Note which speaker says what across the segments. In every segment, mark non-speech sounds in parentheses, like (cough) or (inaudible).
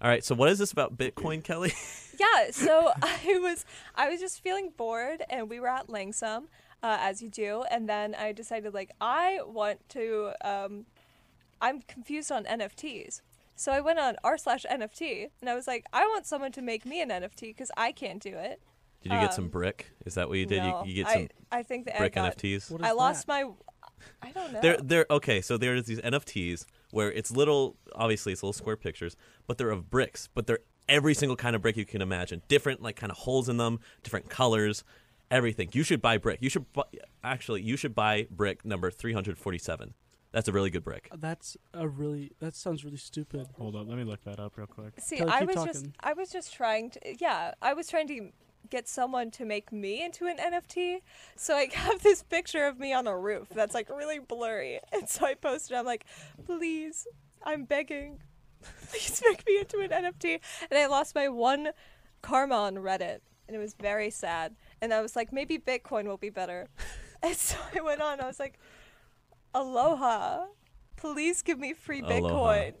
Speaker 1: All right. So what is this about Bitcoin, Kelly? (laughs)
Speaker 2: yeah so (laughs) i was i was just feeling bored and we were at langsum uh, as you do and then i decided like i want to um, i'm confused on nfts so i went on r slash nft and i was like i want someone to make me an nft because i can't do it
Speaker 1: Did you get some brick? Is that what you did? You-
Speaker 2: Um, No,
Speaker 1: you, get some
Speaker 2: I, I think the
Speaker 1: brick
Speaker 2: I got,
Speaker 1: NFTs?
Speaker 2: i lost my i don't know
Speaker 1: They're they're okay. So there's these NFTs where it's little, obviously it's little square pictures, but they're of bricks. But they're every single kind of brick you can imagine. Different like kind of holes in them, different colors, everything. You should buy brick. You should bu- actually you should buy brick number three hundred forty seven. That's a really good brick.
Speaker 3: That's a really. That sounds really stupid.
Speaker 4: Hold up, let me look that up real quick.
Speaker 2: See,
Speaker 3: Kelly,
Speaker 2: I
Speaker 3: keep
Speaker 2: was just
Speaker 3: talking.
Speaker 2: I was just trying to yeah, I was trying to get someone to make me into an NFT. So I (laughs) have this picture of me on a roof that's like really blurry. And so I posted I'm like, "Please, I'm begging. (laughs) Please make me into an NFT." And I lost my one karma on Reddit, and it was very sad. And I was like, "Maybe Bitcoin will be better." (laughs) And so I went on. I was like, "Aloha. Please give me free
Speaker 1: Aloha.
Speaker 2: Bitcoin."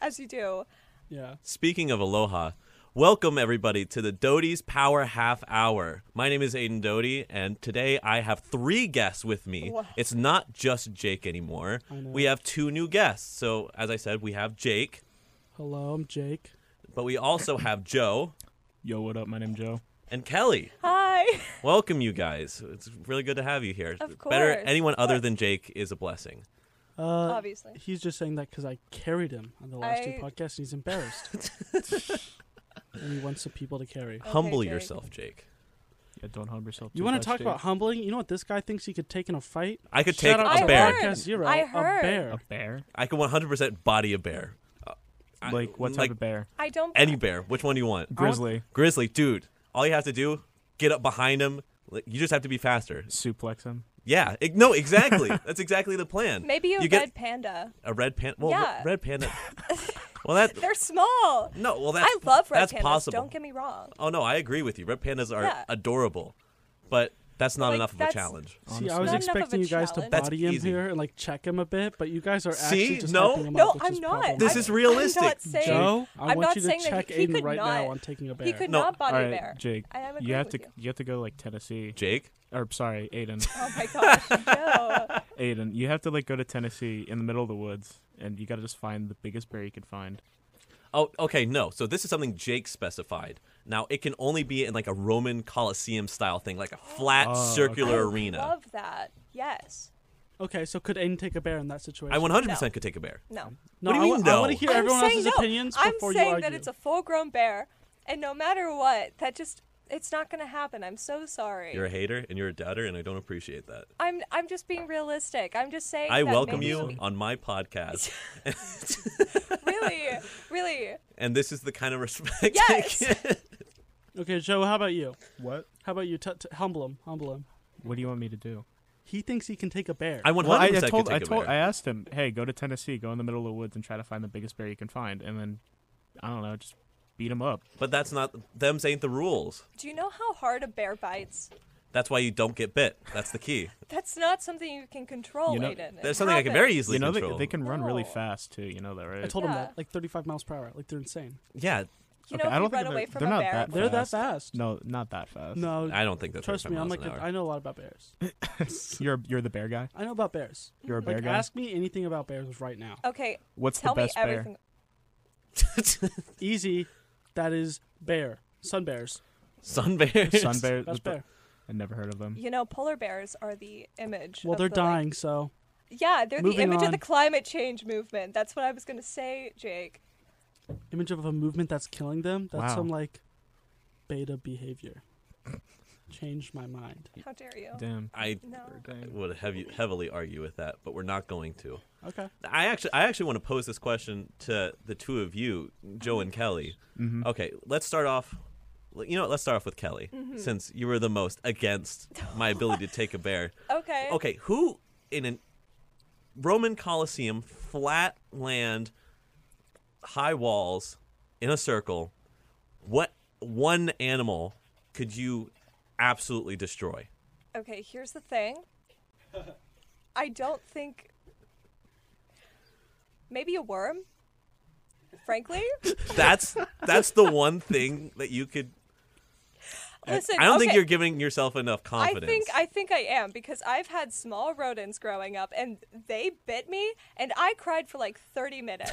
Speaker 2: As you do.
Speaker 3: Yeah.
Speaker 1: Speaking of aloha, welcome everybody to the Doty's Power Half Hour. My name is Aiden Doty, and today I have three guests with me.
Speaker 2: Wow.
Speaker 1: It's not just Jake anymore. We have two new guests. So, as I said, we have Jake,
Speaker 3: Hello, I'm Jake.
Speaker 1: but we also (coughs) have Joe
Speaker 4: Yo, what up? My name Joe.
Speaker 1: and Kelly.
Speaker 2: Hi. (laughs)
Speaker 1: Welcome, you guys. It's really good to have you here.
Speaker 2: Of
Speaker 1: Better
Speaker 2: course.
Speaker 1: anyone other than Jake is a blessing.
Speaker 3: Uh,
Speaker 2: Obviously.
Speaker 3: He's just saying that because I carried him on the last two
Speaker 2: I-
Speaker 3: podcasts, and
Speaker 2: (laughs)
Speaker 3: he's embarrassed. and he wants some people to carry.
Speaker 2: Okay,
Speaker 1: Humble
Speaker 2: Jake.
Speaker 1: yourself, Jake.
Speaker 4: Yeah, don't humble yourself.
Speaker 3: You want to talk about humbling? You know what this guy thinks he could take in a fight?
Speaker 1: I could
Speaker 3: Shout
Speaker 1: take
Speaker 3: out
Speaker 1: a
Speaker 3: to
Speaker 2: I
Speaker 1: bear.
Speaker 2: heard.
Speaker 3: Podcast Zero.
Speaker 2: I
Speaker 3: A
Speaker 2: heard.
Speaker 3: bear.
Speaker 4: a bear?
Speaker 1: I could 100% body a bear. Uh, I-
Speaker 4: Like what type
Speaker 1: like
Speaker 4: of bear?
Speaker 2: I don't.
Speaker 1: Any bear. Which one do you want?
Speaker 4: Grizzly,
Speaker 1: Grizzly, dude, all you have to do get up behind him. Like, You just have to be faster.
Speaker 4: suplex him.
Speaker 1: Yeah, e- no, exactly. That's exactly the plan.
Speaker 2: Maybe a
Speaker 1: you
Speaker 2: red
Speaker 1: get
Speaker 2: panda.
Speaker 1: a red panda. Well,
Speaker 2: Yeah.
Speaker 1: red
Speaker 2: (laughs)
Speaker 1: panda. well, that
Speaker 2: They're small.
Speaker 1: no. Well, that's
Speaker 2: I love red
Speaker 1: that's
Speaker 2: pandas.
Speaker 1: possible.
Speaker 2: Don't get me wrong.
Speaker 1: oh no, I agree with you. Red pandas are
Speaker 2: Yeah.
Speaker 1: adorable, but that's not
Speaker 2: Like,
Speaker 1: enough of a
Speaker 2: that's-
Speaker 1: challenge.
Speaker 3: See, I
Speaker 4: Honestly.
Speaker 3: was
Speaker 2: Not enough of
Speaker 3: expecting
Speaker 2: a
Speaker 3: you guys
Speaker 2: challenge.
Speaker 3: to
Speaker 1: That's
Speaker 3: body him
Speaker 1: easy.
Speaker 3: here and like check him a bit, but you guys are
Speaker 1: See?
Speaker 3: actually just
Speaker 1: No.
Speaker 3: hyping him
Speaker 2: No,
Speaker 3: up, which
Speaker 2: I'm
Speaker 3: is
Speaker 2: not.
Speaker 1: This
Speaker 2: I'm-
Speaker 1: is realistic.
Speaker 2: I'm not saying,
Speaker 3: Joe, I
Speaker 2: I'm
Speaker 3: want
Speaker 2: not
Speaker 3: you to
Speaker 2: saying
Speaker 3: check
Speaker 2: that he, he
Speaker 3: Aiden
Speaker 2: could
Speaker 3: right
Speaker 2: not.
Speaker 3: now on taking a bear.
Speaker 2: he could
Speaker 1: No,
Speaker 2: not body
Speaker 4: All right,
Speaker 2: bear.
Speaker 4: Jake,
Speaker 2: I am
Speaker 4: you
Speaker 2: agreeing
Speaker 4: have
Speaker 2: with
Speaker 4: to
Speaker 2: you.
Speaker 4: you have to go to like Tennessee.
Speaker 1: Jake,
Speaker 4: Or sorry, Aiden.
Speaker 2: Oh my
Speaker 3: (laughs)
Speaker 2: gosh, no.
Speaker 4: Aiden, you have to like go to Tennessee in the middle of the woods, and you got to just find the biggest bear you can find.
Speaker 1: Oh, okay, no. So this is something Jake specified. Now it can only be in like a Roman Colosseum style thing, like a flat
Speaker 4: Oh,
Speaker 1: circular
Speaker 2: I
Speaker 1: arena.
Speaker 2: Love that. Yes.
Speaker 3: Okay, so could Aiden take a bear in that situation?
Speaker 1: I 100% could take a bear.
Speaker 2: No.
Speaker 3: No,
Speaker 1: What do you
Speaker 3: I
Speaker 1: mean,
Speaker 3: wa- I
Speaker 1: no?
Speaker 3: want to hear
Speaker 2: I'm
Speaker 3: everyone
Speaker 2: saying
Speaker 3: else's
Speaker 2: no.
Speaker 3: opinions
Speaker 2: I'm
Speaker 3: before
Speaker 2: saying
Speaker 3: you argue.
Speaker 2: that it's a full-grown bear, and no matter what, that just it's not going to happen. I'm so sorry.
Speaker 1: You're a hater and you're a doubter, and I don't appreciate that.
Speaker 2: I'm I'm just being realistic. I'm just saying.
Speaker 1: I
Speaker 2: that
Speaker 1: welcome
Speaker 2: maybe-
Speaker 1: you on my podcast,
Speaker 2: (laughs) Really, really.
Speaker 1: and this is the kind of respect.
Speaker 2: Yes. (laughs)
Speaker 1: I get.
Speaker 3: Okay, Joe, how about you?
Speaker 4: What?
Speaker 3: How about you? T- t- humble him. Humble him.
Speaker 4: What do you want me to do?
Speaker 3: He thinks he can take a bear.
Speaker 1: I 100%
Speaker 4: Well, I, I
Speaker 1: could
Speaker 4: told
Speaker 1: take
Speaker 4: I
Speaker 1: a
Speaker 4: told
Speaker 1: bear.
Speaker 4: I asked him, hey, go to Tennessee, go in the middle of the woods, and try to find the biggest bear you can find, and then I don't know, just beat him up.
Speaker 1: but that's not them ain't the rules.
Speaker 2: Do you know how hard a bear bites?
Speaker 1: That's why you don't get bit. That's the key.
Speaker 2: That's not something you can control,
Speaker 4: You know-
Speaker 2: Aiden. It
Speaker 1: That's something I can
Speaker 2: happens.
Speaker 1: very easily
Speaker 4: You know they,
Speaker 1: control.
Speaker 4: they can run really
Speaker 2: No.
Speaker 4: fast too. You know that, right?
Speaker 3: I told him
Speaker 2: Yeah.
Speaker 3: that like 35 miles per hour. Like they're insane.
Speaker 1: yeah,
Speaker 2: You
Speaker 4: Okay,
Speaker 2: know, if
Speaker 4: I
Speaker 2: you
Speaker 4: don't think
Speaker 2: run
Speaker 4: they're-
Speaker 2: away from
Speaker 4: they're
Speaker 2: a
Speaker 4: not
Speaker 2: bear.
Speaker 4: that
Speaker 3: They're
Speaker 4: Fast.
Speaker 3: that fast.
Speaker 4: no, not that fast.
Speaker 3: no.
Speaker 1: I don't think that's
Speaker 3: trust
Speaker 1: 35
Speaker 3: me. I'm
Speaker 1: miles
Speaker 3: like
Speaker 1: an
Speaker 3: a,
Speaker 1: hour.
Speaker 3: I know a lot about bears.
Speaker 4: you're you're the bear guy.
Speaker 3: I know about bears.
Speaker 4: You're a bear
Speaker 3: Like
Speaker 4: guy.
Speaker 3: ask me anything about bears right now.
Speaker 2: Okay,
Speaker 4: What's
Speaker 2: tell
Speaker 4: the best
Speaker 2: me everything.
Speaker 4: bear?
Speaker 3: Easy. That is bear. Sun bears.
Speaker 1: sun bear.
Speaker 2: (laughs)
Speaker 4: Sun bear.
Speaker 3: That's
Speaker 4: the-
Speaker 3: bear.
Speaker 4: I never heard of them.
Speaker 2: You know, polar bears are the image.
Speaker 3: Well,
Speaker 2: of
Speaker 3: they're
Speaker 2: the, like-
Speaker 3: dying, so
Speaker 2: yeah, they're the
Speaker 3: Moving
Speaker 2: image of the
Speaker 3: on.
Speaker 2: climate change movement. That's what I was gonna say, Jake.
Speaker 3: image of a movement that's killing them. That's
Speaker 4: Wow.
Speaker 3: some like beta behavior. Changed my mind.
Speaker 2: How dare you?
Speaker 4: Damn.
Speaker 1: (laughs) I
Speaker 2: No.
Speaker 1: would heavy, heavily argue with that, but we're not going to.
Speaker 3: Okay.
Speaker 1: I actually, I actually want to pose this question to the two of you, Joe and Kelly. Okay, let's start off. You know, what, let's start off with Kelly,
Speaker 2: Mm-hmm.
Speaker 1: since you were the most against my ability to take a
Speaker 2: (laughs)
Speaker 1: bear.
Speaker 2: Okay.
Speaker 1: Okay, who in an Roman Colosseum, flat land, high walls, in a circle, what one animal could you absolutely destroy?
Speaker 2: Okay. Here's the thing. I don't think. Maybe a worm. frankly.
Speaker 4: (laughs)
Speaker 1: That's that's the one thing that you could.
Speaker 2: Listen,
Speaker 1: I don't think
Speaker 2: okay.
Speaker 1: you're giving yourself enough confidence.
Speaker 2: I think I think I am because I've had small rodents growing up and they bit me and I cried for like 30 minutes.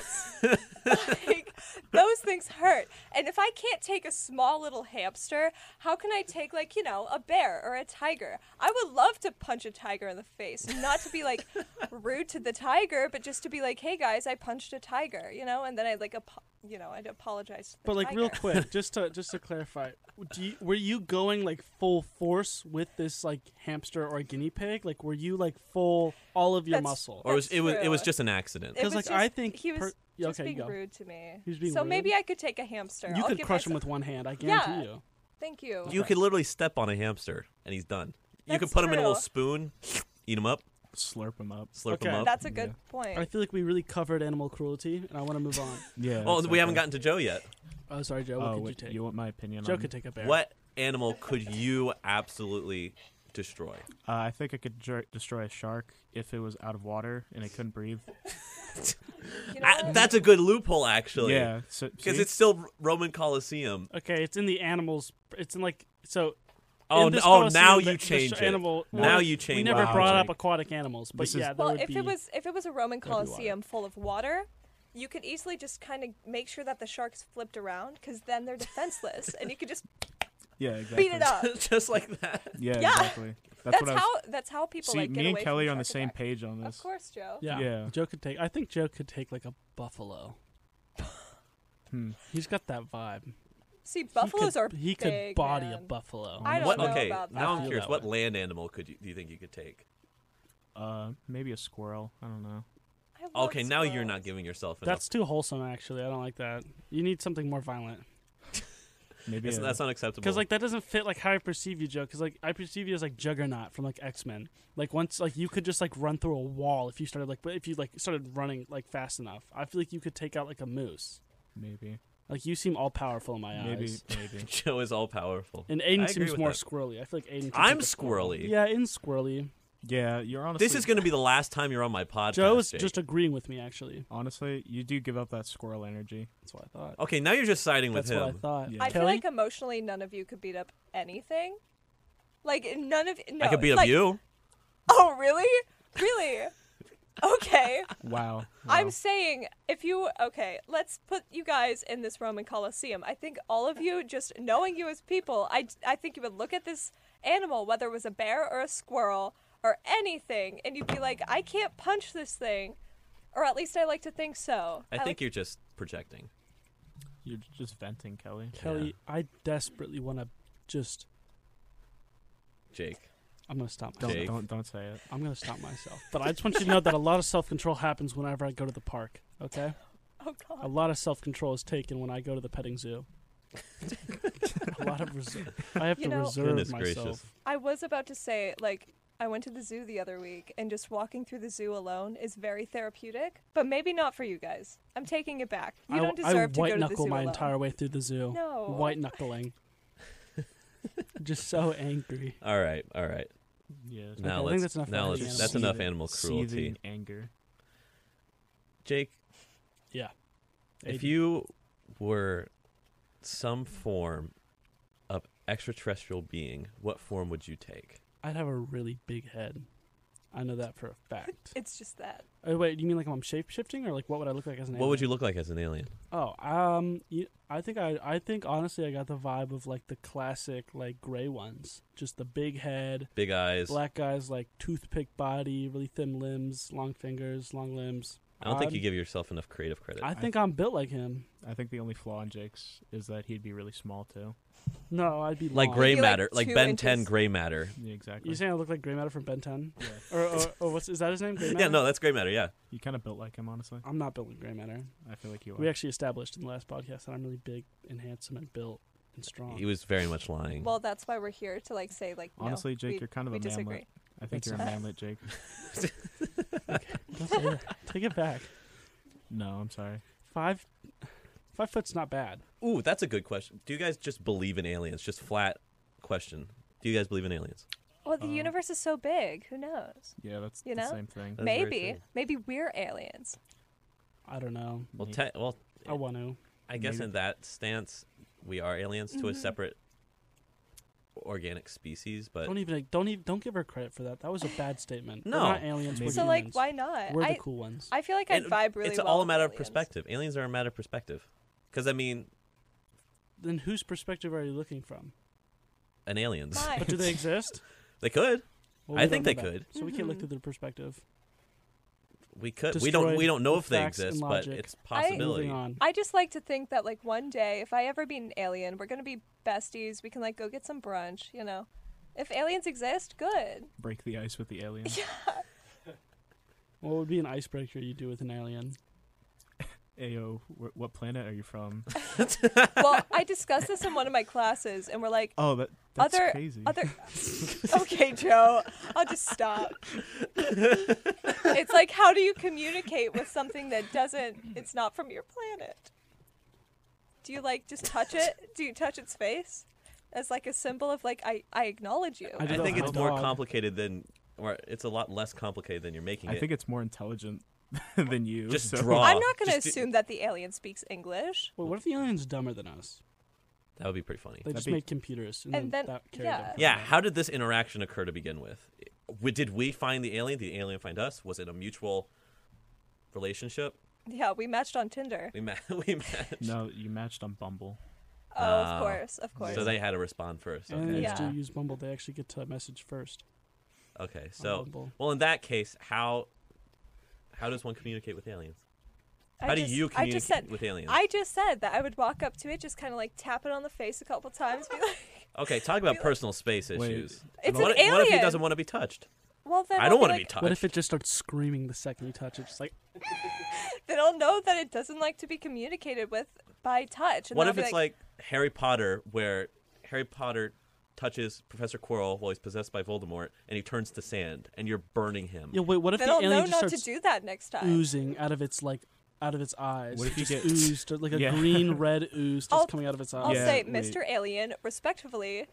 Speaker 2: like those things hurt. And if I can't take a small little hamster, how can I take like, you know, a bear or a tiger? I would love to punch a tiger in the face, not to be like rude to the tiger, but just to be like, "Hey guys, I punched a tiger," you know? And then I like apo- you know, I'd apologize to the
Speaker 3: But like
Speaker 2: tiger.
Speaker 3: real
Speaker 2: (laughs)
Speaker 3: quick, just to just to clarify, do you, were you going like full force with this like hamster or guinea pig? Like were you like full all of your
Speaker 2: That's- Oh,
Speaker 3: muscle?
Speaker 1: or it was it was it was
Speaker 2: True.
Speaker 1: just an accident.
Speaker 2: It
Speaker 3: Because,
Speaker 2: was
Speaker 3: like, I
Speaker 2: just-
Speaker 3: think
Speaker 2: he was
Speaker 3: per- yeah,
Speaker 2: just
Speaker 3: okay,
Speaker 2: being
Speaker 3: go.
Speaker 2: rude to me.
Speaker 3: He was being
Speaker 2: so
Speaker 3: rude?
Speaker 2: maybe I could take a hamster.
Speaker 3: you
Speaker 2: I'll
Speaker 3: could
Speaker 2: give
Speaker 3: crush him
Speaker 2: myself-
Speaker 3: with one hand. I
Speaker 2: Yeah.
Speaker 3: guarantee you.
Speaker 2: Thank you.
Speaker 1: You could literally step on a hamster and he's done. you could
Speaker 2: That's
Speaker 1: put him in a little
Speaker 2: true.
Speaker 1: spoon, eat him up,
Speaker 4: Slurp him up.
Speaker 1: slurp him
Speaker 3: Okay.
Speaker 1: up.
Speaker 2: That's a good point.
Speaker 3: I feel like we really covered animal cruelty, and I want to move
Speaker 2: (laughs)
Speaker 3: on.
Speaker 4: Yeah.
Speaker 1: oh, we haven't
Speaker 4: exactly.
Speaker 1: gotten to Joe yet.
Speaker 3: oh, sorry, Joe. What
Speaker 4: Oh,
Speaker 3: could you
Speaker 4: wait,
Speaker 3: take?
Speaker 4: you want my opinion?
Speaker 3: Joe
Speaker 4: on
Speaker 3: could take a bear.
Speaker 1: What animal could you absolutely destroy?
Speaker 4: Uh, I think I could jer- destroy a shark if it was out of water and it couldn't breathe.
Speaker 2: You know
Speaker 1: Ah,
Speaker 2: what?
Speaker 1: that's a good loophole, actually.
Speaker 4: yeah, so,
Speaker 1: Because
Speaker 4: see?
Speaker 1: it's still Roman Colosseum.
Speaker 3: Okay, it's in the animals. It's in like so.
Speaker 1: Oh,
Speaker 3: in
Speaker 1: n-
Speaker 3: this
Speaker 1: oh
Speaker 3: Colosseum,
Speaker 1: now
Speaker 3: the-
Speaker 1: you
Speaker 3: the sh-
Speaker 1: change it.
Speaker 3: Animal. well,
Speaker 1: now you
Speaker 3: We
Speaker 1: change
Speaker 3: never
Speaker 1: it.
Speaker 4: Wow,
Speaker 3: brought up
Speaker 4: Jake.
Speaker 3: aquatic animals, but
Speaker 4: This is-
Speaker 3: yeah, there
Speaker 2: well,
Speaker 3: would
Speaker 2: if
Speaker 3: be.
Speaker 2: it was if it was a Roman
Speaker 3: be water.
Speaker 2: Colosseum full of water, you could easily just kind of make sure that the sharks flipped around because then they're defenseless and you could just
Speaker 4: yeah, exactly.
Speaker 2: beat it up.
Speaker 1: (laughs) just like that.
Speaker 4: Yeah,
Speaker 2: Yeah.
Speaker 4: exactly. (laughs) That's,
Speaker 2: That's,
Speaker 4: what I was.
Speaker 2: how that's how people
Speaker 4: see,
Speaker 2: like get
Speaker 4: me and
Speaker 2: away
Speaker 4: Kelly
Speaker 2: from
Speaker 4: are on the
Speaker 2: shark
Speaker 4: same
Speaker 2: attack.
Speaker 4: page on this.
Speaker 2: Of course, Joe.
Speaker 3: yeah.
Speaker 4: Yeah.
Speaker 3: Joe could take. I think Joe could take like a buffalo.
Speaker 4: (laughs) Hmm.
Speaker 3: He's got that vibe.
Speaker 2: See, buffaloes
Speaker 3: he could,
Speaker 2: are
Speaker 3: He could
Speaker 2: big,
Speaker 3: body a
Speaker 2: man.
Speaker 3: buffalo.
Speaker 2: I don't
Speaker 1: what?
Speaker 2: know
Speaker 1: okay,
Speaker 2: about
Speaker 1: now
Speaker 2: that.
Speaker 1: I'm curious.
Speaker 3: That
Speaker 1: What land animal could you do you think you could take?
Speaker 4: Uh, maybe a squirrel. I don't know.
Speaker 2: I love
Speaker 1: Okay, now you're not
Speaker 2: squirrels.
Speaker 1: giving yourself enough.
Speaker 3: That's too wholesome. Actually, I don't like that. You need something more violent.
Speaker 4: Maybe
Speaker 1: That's,
Speaker 4: a,
Speaker 1: that's unacceptable.
Speaker 3: Because like that doesn't fit like how I perceive you, Joe. Because like I perceive you as like Juggernaut from like X Men. Like once like you could just like run through a wall if you started like but if you like started running like fast enough. I feel like you could take out like a moose.
Speaker 4: maybe,
Speaker 3: Like you seem all powerful in my
Speaker 4: maybe,
Speaker 3: eyes.
Speaker 2: (laughs)
Speaker 4: maybe.
Speaker 1: Joe is all powerful.
Speaker 3: And
Speaker 1: I
Speaker 3: Aiden
Speaker 1: agree
Speaker 3: seems
Speaker 1: with
Speaker 3: more
Speaker 1: that.
Speaker 3: squirrely. I feel like Aiden. could
Speaker 1: I'm
Speaker 3: take a squirrel.
Speaker 1: squirrely.
Speaker 3: Yeah, Aiden's squirrely.
Speaker 4: Yeah, you're honestly.
Speaker 1: This is going to be the last time you're on my podcast.
Speaker 3: Joe's
Speaker 1: Jake.
Speaker 3: just agreeing with me actually.
Speaker 4: honestly, you do give up that squirrel energy.
Speaker 3: That's what I thought.
Speaker 1: okay. Now you're just siding Oh, with
Speaker 3: That's what I
Speaker 1: him.
Speaker 3: thought.
Speaker 4: Yeah.
Speaker 2: I feel
Speaker 3: Kelly?
Speaker 2: like emotionally, none of you could beat up anything. Like none of no,
Speaker 1: I could beat up
Speaker 2: like-
Speaker 1: you.
Speaker 2: Oh, really?
Speaker 1: (laughs)
Speaker 2: Really? Okay.
Speaker 4: Wow. wow.
Speaker 2: I'm saying if you okay, let's put you guys in this Roman Colosseum. I think all of you just knowing you as people, I I think you would look at this animal whether it was a bear or a squirrel or anything and you'd be like, I can't punch this thing. Or at least I like to think so.
Speaker 1: I think
Speaker 2: like,
Speaker 1: you're just projecting.
Speaker 4: You're just venting, Kelly.
Speaker 3: Kelly, I desperately want to just.
Speaker 1: Jake.
Speaker 3: I'm gonna stop.
Speaker 4: Don't
Speaker 3: Myself.
Speaker 1: Jake.
Speaker 4: don't don't say it.
Speaker 3: I'm gonna stop myself. But I just want you to know that a lot of self control happens whenever I go to the park. Okay.
Speaker 2: (laughs) Oh
Speaker 3: A
Speaker 2: god.
Speaker 3: lot of self control is taken when I go to the petting zoo. (laughs) a lot of (laughs) res- I have
Speaker 2: You
Speaker 3: to
Speaker 2: know-
Speaker 3: reserve
Speaker 1: Goodness
Speaker 3: myself.
Speaker 1: gracious.
Speaker 2: I was about to say like I went to the zoo the other week and just walking through the zoo alone is very therapeutic, but maybe not for you guys. I'm taking it back. You
Speaker 3: I,
Speaker 2: don't
Speaker 3: I
Speaker 2: deserve to
Speaker 3: white
Speaker 2: go to the
Speaker 3: knuckle
Speaker 2: zoo
Speaker 3: my
Speaker 2: alone.
Speaker 3: entire way through the zoo.
Speaker 2: No. (laughs)
Speaker 3: White knuckling. Just so angry.
Speaker 1: (laughs) All right. All right.
Speaker 4: Yeah. it's
Speaker 1: Now
Speaker 3: I
Speaker 1: let's.
Speaker 3: think that's enough
Speaker 1: now
Speaker 3: energy
Speaker 1: let's.
Speaker 4: animal
Speaker 1: That's
Speaker 4: cruelty.
Speaker 1: enough animal cruelty.
Speaker 4: Seething anger.
Speaker 1: Jake,
Speaker 3: Yeah.
Speaker 1: if
Speaker 3: Aiden.
Speaker 1: you were some form of extraterrestrial being, what form would you take?
Speaker 3: I'd have a really big head. I know that for a fact.
Speaker 2: It's just that.
Speaker 3: oh wait, you mean like I'm shape shifting or like what would I look like as an
Speaker 1: What would you look like as an alien?
Speaker 3: Oh, um, you, I think I, I think honestly, I got the vibe of like the classic like gray ones, just the big head,
Speaker 1: Big eyes.
Speaker 3: black guys, like toothpick body, really thin limbs, long fingers, long limbs.
Speaker 1: I don't think you
Speaker 3: I'm-
Speaker 1: give yourself enough creative credit.
Speaker 3: I think I'm built like him.
Speaker 4: I think the only flaw in Jake's is that he'd be really small too.
Speaker 3: No, I'd be
Speaker 1: like
Speaker 3: long.
Speaker 1: gray
Speaker 2: Maybe like
Speaker 1: matter, like
Speaker 2: two
Speaker 1: Ben
Speaker 2: inches.
Speaker 1: 10 gray matter.
Speaker 4: Yeah, exactly.
Speaker 3: You saying I look like Gray Matter from Ben 10?
Speaker 4: yeah.
Speaker 3: Or,
Speaker 1: (laughs)
Speaker 3: or, or what's is that his name? Gray Matter?
Speaker 1: Yeah, no, that's gray matter. Yeah,
Speaker 4: You kind of built like him, honestly.
Speaker 3: I'm not built like Gray Matter.
Speaker 4: I feel like you
Speaker 3: We
Speaker 4: are.
Speaker 3: actually established in the last podcast that I'm really big and handsome and built and strong.
Speaker 1: he was very much lying.
Speaker 2: Well, that's why we're here to like say like no,
Speaker 4: Honestly, Jake,
Speaker 2: we-
Speaker 4: you're kind of
Speaker 2: we
Speaker 4: a
Speaker 2: disagree.
Speaker 4: manlet. I think you're a
Speaker 2: That's-
Speaker 4: manlet, Jake.
Speaker 3: Don't say that. Take it back.
Speaker 4: No, I'm sorry.
Speaker 3: Five, five foot's not bad.
Speaker 1: Ooh, that's a good question. Do you guys just believe in aliens? Just flat question. Do you guys believe in aliens?
Speaker 2: Well, the
Speaker 4: Um,
Speaker 3: Uh,
Speaker 2: universe is so big. Who knows?
Speaker 4: Yeah, that's
Speaker 2: You
Speaker 4: the
Speaker 2: know?
Speaker 4: same thing.
Speaker 1: That's very
Speaker 2: maybe,
Speaker 1: true.
Speaker 2: maybe we're aliens.
Speaker 3: I don't know.
Speaker 1: Well, te- well,
Speaker 3: I want to.
Speaker 1: I guess
Speaker 4: Maybe-
Speaker 1: in that stance, we are aliens
Speaker 3: Mm-hmm.
Speaker 1: to a separate organic species, but
Speaker 3: Don't e- even don't even don't give her credit for that. That was a bad statement.
Speaker 1: No.
Speaker 3: we're not aliens.
Speaker 4: Maybe.
Speaker 3: We're
Speaker 2: So like,
Speaker 3: humans.
Speaker 2: why not?
Speaker 3: We're the
Speaker 2: I
Speaker 3: cool ones.
Speaker 2: I feel like I
Speaker 1: and
Speaker 2: vibe really
Speaker 1: it's
Speaker 2: well.
Speaker 1: all a
Speaker 2: with
Speaker 1: matter of
Speaker 2: aliens.
Speaker 1: perspective. Aliens are a matter of perspective. Because, I mean,
Speaker 3: then whose perspective are you looking from?
Speaker 1: an alien's.
Speaker 2: Mine. (laughs)
Speaker 3: But do they exist?
Speaker 1: (laughs) They could.
Speaker 3: Well,
Speaker 1: I
Speaker 3: we
Speaker 1: think
Speaker 3: don't
Speaker 1: they
Speaker 3: know that.
Speaker 1: could.
Speaker 3: So we can't look
Speaker 2: Mhm.
Speaker 3: through their perspective.
Speaker 1: We could. we don't.
Speaker 3: Destroyed
Speaker 1: We don't know if they
Speaker 3: facts and
Speaker 1: exist, but
Speaker 3: logic.
Speaker 1: it's
Speaker 2: I-
Speaker 1: possibility.
Speaker 3: Moving on.
Speaker 2: I just like to think that like one day, if I ever be an alien, we're gonna be besties. We can like go get some brunch, you know. If aliens exist, good.
Speaker 4: Break the ice with
Speaker 2: (laughs)
Speaker 4: the alien.
Speaker 3: What would be an icebreaker you do with an alien?
Speaker 4: Ayo, wh- what planet are
Speaker 2: (laughs)
Speaker 4: you from?
Speaker 2: Well,
Speaker 1: (laughs)
Speaker 2: I discussed this in one of my classes, and we're like,
Speaker 4: Oh, that, that's
Speaker 2: Other-
Speaker 4: crazy.
Speaker 1: (laughs)
Speaker 2: other. okay, Joe, I'll just stop. it's like, how do you communicate with something that doesn't? It's not from your planet. Do you like just touch it? Do you touch its face as like a symbol of like I I acknowledge you?
Speaker 3: I
Speaker 1: I
Speaker 3: don't
Speaker 1: think
Speaker 3: know.
Speaker 1: it's more
Speaker 3: Dog.
Speaker 1: complicated than, or it's a lot less complicated than you're making
Speaker 4: I
Speaker 1: it.
Speaker 4: think it's more intelligent (laughs) than you.
Speaker 1: Just
Speaker 4: so-
Speaker 1: draw.
Speaker 2: I'm not going
Speaker 1: Ah,
Speaker 2: to
Speaker 1: Just do-
Speaker 2: assume that the alien speaks English.
Speaker 3: Wait, what if the alien's dumber than us?
Speaker 1: that would be pretty funny.
Speaker 3: They
Speaker 4: That'd
Speaker 3: just
Speaker 4: be-
Speaker 3: made computers and,
Speaker 2: And
Speaker 3: then,
Speaker 2: then-
Speaker 3: that carried
Speaker 2: yeah.
Speaker 3: them from
Speaker 1: Yeah,
Speaker 3: there.
Speaker 1: how did this interaction occur to begin with? We, did we find the alien? Did the alien find us? Was it a mutual relationship?
Speaker 2: Yeah, we matched on Tinder.
Speaker 1: We met. (laughs) We met.
Speaker 4: (laughs) No, you matched on Bumble.
Speaker 2: Oh, of
Speaker 1: Ah.
Speaker 2: course, of course.
Speaker 1: So they had to respond first. Okay.
Speaker 3: Aliens
Speaker 2: Yeah.
Speaker 3: do use Bumble. They actually get to message first.
Speaker 1: Okay.
Speaker 3: on
Speaker 1: So,
Speaker 3: Bumble.
Speaker 1: well, in that case, how how does one communicate with aliens?
Speaker 2: I
Speaker 1: how
Speaker 2: just-
Speaker 1: do you
Speaker 2: I
Speaker 1: communicate
Speaker 2: just said,
Speaker 1: with aliens?
Speaker 2: I just said that I would walk up to it, just kind of like tap it on the face a couple times, be (laughs) like,
Speaker 1: okay, talk about personal space
Speaker 4: Wait.
Speaker 1: issues.
Speaker 2: It's
Speaker 1: what,
Speaker 2: an
Speaker 1: if- what if he
Speaker 2: alien.
Speaker 1: doesn't want to be touched?
Speaker 2: "Well, then
Speaker 1: uh, I
Speaker 2: I'll
Speaker 1: don't
Speaker 2: be
Speaker 1: want to
Speaker 2: like-
Speaker 1: be touched.
Speaker 3: What if it just starts screaming the second you touch it? Just like
Speaker 2: Then I'll know that it doesn't like to be communicated with by touch. And
Speaker 1: What
Speaker 2: then
Speaker 1: if
Speaker 2: I'll be
Speaker 1: it's like, Harry Potter, where Harry Potter touches Professor Quirrell while he's possessed by Voldemort, and he turns to sand, and you're burning him?
Speaker 3: yeah. Wait, what if
Speaker 2: Then
Speaker 3: the
Speaker 2: I'll know
Speaker 3: alien just
Speaker 2: not to
Speaker 3: starts
Speaker 2: do that next time.
Speaker 3: oozing out of its like out of its eyes?
Speaker 4: What if you
Speaker 3: just
Speaker 4: get-
Speaker 3: ooze, just like a
Speaker 4: Yeah.
Speaker 3: green
Speaker 4: (laughs)
Speaker 3: red ooze
Speaker 2: I'll-
Speaker 3: just coming out of its eyes?
Speaker 2: I'll
Speaker 4: Yeah,
Speaker 2: say,
Speaker 4: wait.
Speaker 2: Mr. Alien, respectfully,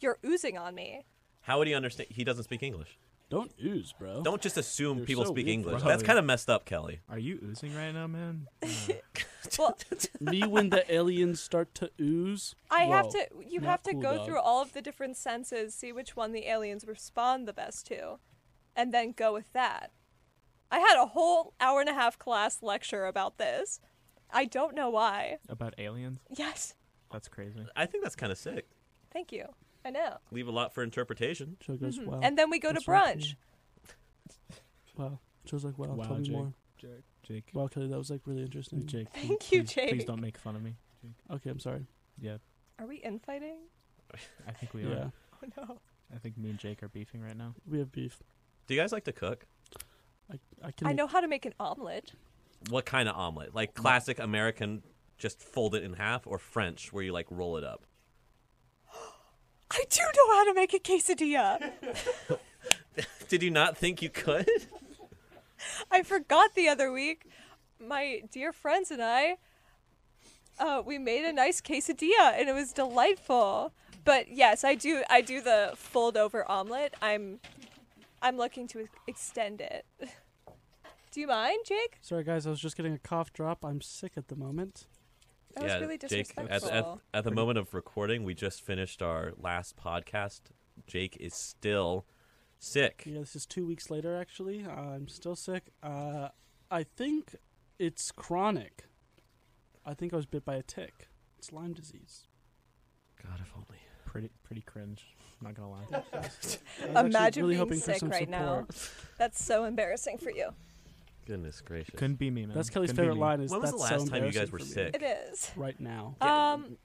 Speaker 2: you're oozing on me.
Speaker 1: How would he understand? He doesn't speak English.
Speaker 3: Don't ooze, bro.
Speaker 4: (laughs)
Speaker 1: Don't just assume
Speaker 3: You're
Speaker 1: people
Speaker 3: so
Speaker 1: speak
Speaker 3: weird,
Speaker 1: English.
Speaker 4: bro.
Speaker 1: That's kind of messed up, Kelly.
Speaker 4: Are you oozing right
Speaker 2: (laughs)
Speaker 4: now, man? Uh,
Speaker 1: (laughs)
Speaker 2: Well,
Speaker 3: Me when the aliens start to ooze.
Speaker 2: I have
Speaker 3: Whoa.
Speaker 2: to. You
Speaker 3: Not
Speaker 2: have to
Speaker 3: cool,
Speaker 2: go
Speaker 3: dog.
Speaker 2: through all of the different senses, see which one the aliens respond the best to, and then go with that. I had a whole hour and a half class lecture about this. I don't know why.
Speaker 4: about aliens?
Speaker 2: Yes,
Speaker 4: That's crazy.
Speaker 1: I think that's kind of sick.
Speaker 2: thank you. I know.
Speaker 1: Leave a lot for interpretation.
Speaker 3: Joe goes
Speaker 4: Mm-hmm.
Speaker 3: wow.
Speaker 2: And then we go to
Speaker 3: that's right,
Speaker 2: brunch.
Speaker 3: wow. Joe's like wow.
Speaker 4: Wow,
Speaker 3: tell me
Speaker 4: Jake.
Speaker 3: more.
Speaker 4: Jake.
Speaker 3: Wow, Kelly, that was like really interesting.
Speaker 4: Jake.
Speaker 2: Thank
Speaker 4: please,
Speaker 2: you,
Speaker 4: please- Please
Speaker 2: Jake.
Speaker 4: don't make fun of me.
Speaker 3: Okay, I'm sorry.
Speaker 4: Yeah,
Speaker 2: Are we infighting?
Speaker 4: I think we
Speaker 3: Yeah.
Speaker 4: are.
Speaker 2: Oh no.
Speaker 4: I think me and Jake are beefing right now.
Speaker 3: we have beef.
Speaker 1: Do you guys like to cook?
Speaker 3: I I can.
Speaker 2: I
Speaker 3: make-
Speaker 2: know how to make an omelet.
Speaker 1: What kind of omelet? Like classic American, just fold it in half, or French, where you like roll it up?
Speaker 2: I do know how to make a (laughs) quesadilla.
Speaker 1: Did you not think you could? (laughs)
Speaker 2: (laughs) I forgot the other week. My dear friends and I, uh, we made a nice quesadilla and it was delightful. But yes, I do. I do the fold over omelet. I'm, I'm looking to extend it. (laughs) Do you mind, Jake?
Speaker 3: Sorry, guys. I was just getting a cough drop. I'm sick at the moment.
Speaker 2: That was really disrespectful.
Speaker 1: Jake, at, at, at the moment of recording, we just finished our last podcast. Jake is still sick.
Speaker 3: Yeah, this is two weeks later. Actually, I'm still sick. Uh, I think it's chronic. I think I was bit by a tick. It's Lyme disease.
Speaker 1: God, if only.
Speaker 4: Pretty, pretty cringe. Not gonna lie.
Speaker 3: I was actually
Speaker 2: Imagine
Speaker 3: really
Speaker 2: being
Speaker 3: hoping for
Speaker 2: sick
Speaker 3: some
Speaker 2: right now.
Speaker 3: support.
Speaker 2: That's so embarrassing for you.
Speaker 1: Goodness gracious.
Speaker 4: Couldn't be me, man.
Speaker 3: That's Kelly's
Speaker 4: Couldn't be
Speaker 3: favorite
Speaker 4: me.
Speaker 3: line. Is
Speaker 1: When was the
Speaker 3: that's so
Speaker 1: last time you guys
Speaker 3: embarrassing
Speaker 1: were
Speaker 3: for me."
Speaker 1: sick?
Speaker 2: It is.
Speaker 3: Right now.
Speaker 2: Um,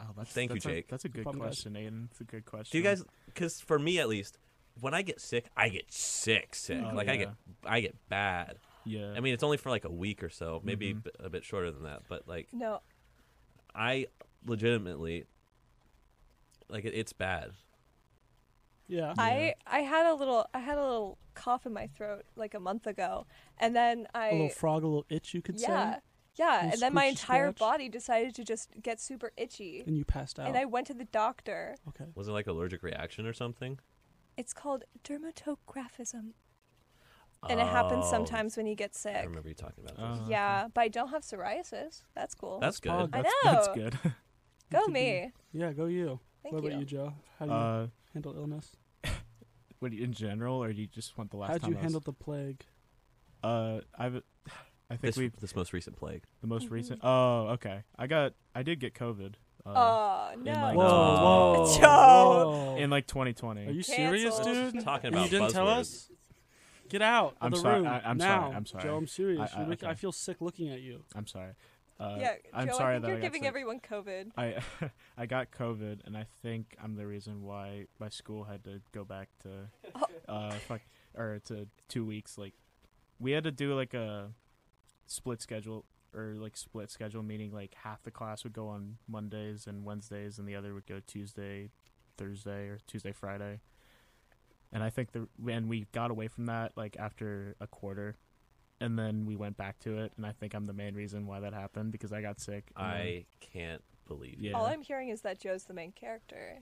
Speaker 4: Oh, that's,
Speaker 1: Thank you,
Speaker 4: that's a-
Speaker 1: Jake.
Speaker 4: that's a good
Speaker 3: problem, guys.
Speaker 4: question, Aiden. It's a good question.
Speaker 1: Do you guys? Because for me at least, when I get sick, I get sick, sick.
Speaker 4: Oh,
Speaker 1: like I get,
Speaker 4: yeah.
Speaker 1: I get bad.
Speaker 4: Yeah.
Speaker 1: I mean, it's only for like a week or so, maybe
Speaker 4: Mhm.
Speaker 1: b- a bit shorter than that. But like,
Speaker 2: no,
Speaker 1: I legitimately, like, it, it's bad.
Speaker 3: Yeah.
Speaker 2: I I had a little I had a little cough in my throat like a month ago, and then I
Speaker 3: a little frog, a little itch, you could
Speaker 2: yeah
Speaker 3: say.
Speaker 2: yeah,
Speaker 3: little
Speaker 2: and then my
Speaker 3: squishy
Speaker 2: entire
Speaker 3: scratch.
Speaker 2: body decided to just get super itchy,
Speaker 3: And you passed out.
Speaker 2: and I went to the doctor.
Speaker 3: okay.
Speaker 1: Was it like allergic reaction or something?
Speaker 2: It's called dermatographism. and it happens
Speaker 1: Oh,
Speaker 2: sometimes when you get
Speaker 1: I
Speaker 2: sick.
Speaker 1: remember you talking about
Speaker 4: Uh,
Speaker 1: this.
Speaker 4: okay.
Speaker 2: Yeah, but I don't have psoriasis. That's cool.
Speaker 1: That's good.
Speaker 4: Oh,
Speaker 1: I
Speaker 4: that's,
Speaker 2: know.
Speaker 4: that's good.
Speaker 2: Go
Speaker 3: could be-
Speaker 2: me.
Speaker 3: Yeah, go you.
Speaker 2: Thank
Speaker 3: what
Speaker 2: you.
Speaker 3: about you, Joe? How do you
Speaker 4: uh,
Speaker 3: handle illness?
Speaker 4: what do you- in general, or do you just want the last
Speaker 3: How'd
Speaker 4: time?
Speaker 3: you
Speaker 4: I
Speaker 3: handle the plague?
Speaker 4: Was, uh, I've, (sighs) I think
Speaker 1: this,
Speaker 4: we
Speaker 1: this most recent plague.
Speaker 4: the most
Speaker 2: Mm-hmm.
Speaker 4: recent. Oh, okay. I got. I did get COVID. Uh,
Speaker 2: oh
Speaker 4: like,
Speaker 2: no.
Speaker 3: Whoa,
Speaker 1: uh,
Speaker 3: whoa,
Speaker 2: Joe.
Speaker 3: whoa.
Speaker 4: in like 2020.
Speaker 3: Are you serious,
Speaker 2: Canceled.
Speaker 3: dude?
Speaker 1: Talking
Speaker 3: And
Speaker 1: about
Speaker 3: you didn't tell
Speaker 1: buzzwords.
Speaker 3: us. Get out of
Speaker 4: I'm
Speaker 3: the
Speaker 4: sorry-
Speaker 3: room
Speaker 4: I- I'm
Speaker 3: now,
Speaker 4: sorry, I'm sorry.
Speaker 3: Joe. I'm serious.
Speaker 4: I-
Speaker 3: You're
Speaker 4: I-
Speaker 3: making- I
Speaker 4: okay.
Speaker 3: feel sick looking at you.
Speaker 4: I'm sorry. Uh,
Speaker 2: yeah,
Speaker 4: I'm
Speaker 2: Joe,
Speaker 4: sorry
Speaker 2: I think
Speaker 4: that
Speaker 2: you're
Speaker 4: I
Speaker 2: giving
Speaker 4: actually-
Speaker 2: everyone COVID.
Speaker 4: (laughs) I I got COVID, and I think I'm the reason why my school had to go back to uh fuck or to two weeks. Like we had to do like a split schedule or like split schedule, meaning like half the class would go on Mondays and Wednesdays, and the other would go Tuesday, Thursday, or Tuesday Friday. And I think the and we got away from that like after a quarter. And then we went back to it, and I think I'm the main reason why that happened because I got sick. and then-
Speaker 1: I can't believe you.
Speaker 4: yeah.
Speaker 2: All I'm hearing is that Joe's the main character.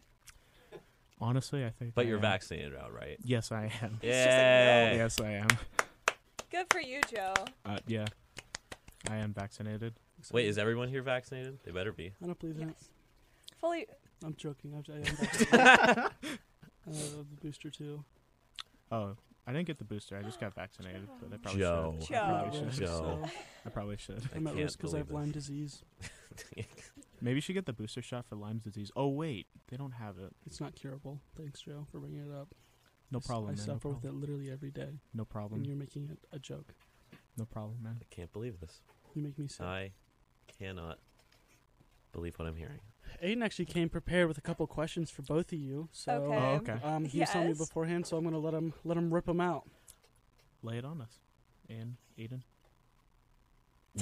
Speaker 4: Honestly, I think.
Speaker 1: But
Speaker 4: I
Speaker 1: you're
Speaker 4: am.
Speaker 1: vaccinated out, right?
Speaker 4: Yes, I am.
Speaker 2: It's just like, no.
Speaker 1: Yay.
Speaker 4: Yes, I am.
Speaker 2: Good for you, Joe.
Speaker 4: Uh, yeah, I am vaccinated.
Speaker 1: Wait, is everyone here vaccinated? They better be.
Speaker 3: I don't believe in it.
Speaker 2: Fully.
Speaker 3: I'm joking. I'm, I'm vaccinated. uh, the booster too.
Speaker 4: Oh, I didn't get the booster. I just got vaccinated, but I probably
Speaker 1: Joe.
Speaker 4: should.
Speaker 2: Joe.
Speaker 4: I
Speaker 3: I'm at
Speaker 4: probably
Speaker 3: risk,
Speaker 4: should.
Speaker 1: Joe.
Speaker 3: so
Speaker 4: I probably should.
Speaker 1: I
Speaker 3: I'm at
Speaker 1: can't
Speaker 3: risk because I have Lyme
Speaker 1: believe
Speaker 3: disease.
Speaker 1: this.
Speaker 4: Maybe you should get the booster shot for Lyme's disease. Oh wait, they don't have it.
Speaker 3: It's not curable. Thanks, Joe, for bringing it up. I
Speaker 4: No
Speaker 3: s-
Speaker 4: problem.
Speaker 3: I
Speaker 4: man.
Speaker 3: suffer
Speaker 4: no
Speaker 3: with
Speaker 4: problem.
Speaker 3: it literally every day,
Speaker 4: No
Speaker 3: and
Speaker 4: problem.
Speaker 3: you're making it a joke.
Speaker 4: No problem, man.
Speaker 1: I can't believe this.
Speaker 3: You make me sick.
Speaker 1: I cannot believe what I'm hearing.
Speaker 3: Aiden actually came prepared with a couple questions for both of you. So
Speaker 2: Okay.
Speaker 4: Oh, okay.
Speaker 3: um, he was telling me
Speaker 2: Yes.
Speaker 3: beforehand, so I'm gonna let him let him rip him out.
Speaker 4: Lay it on us, and Aiden.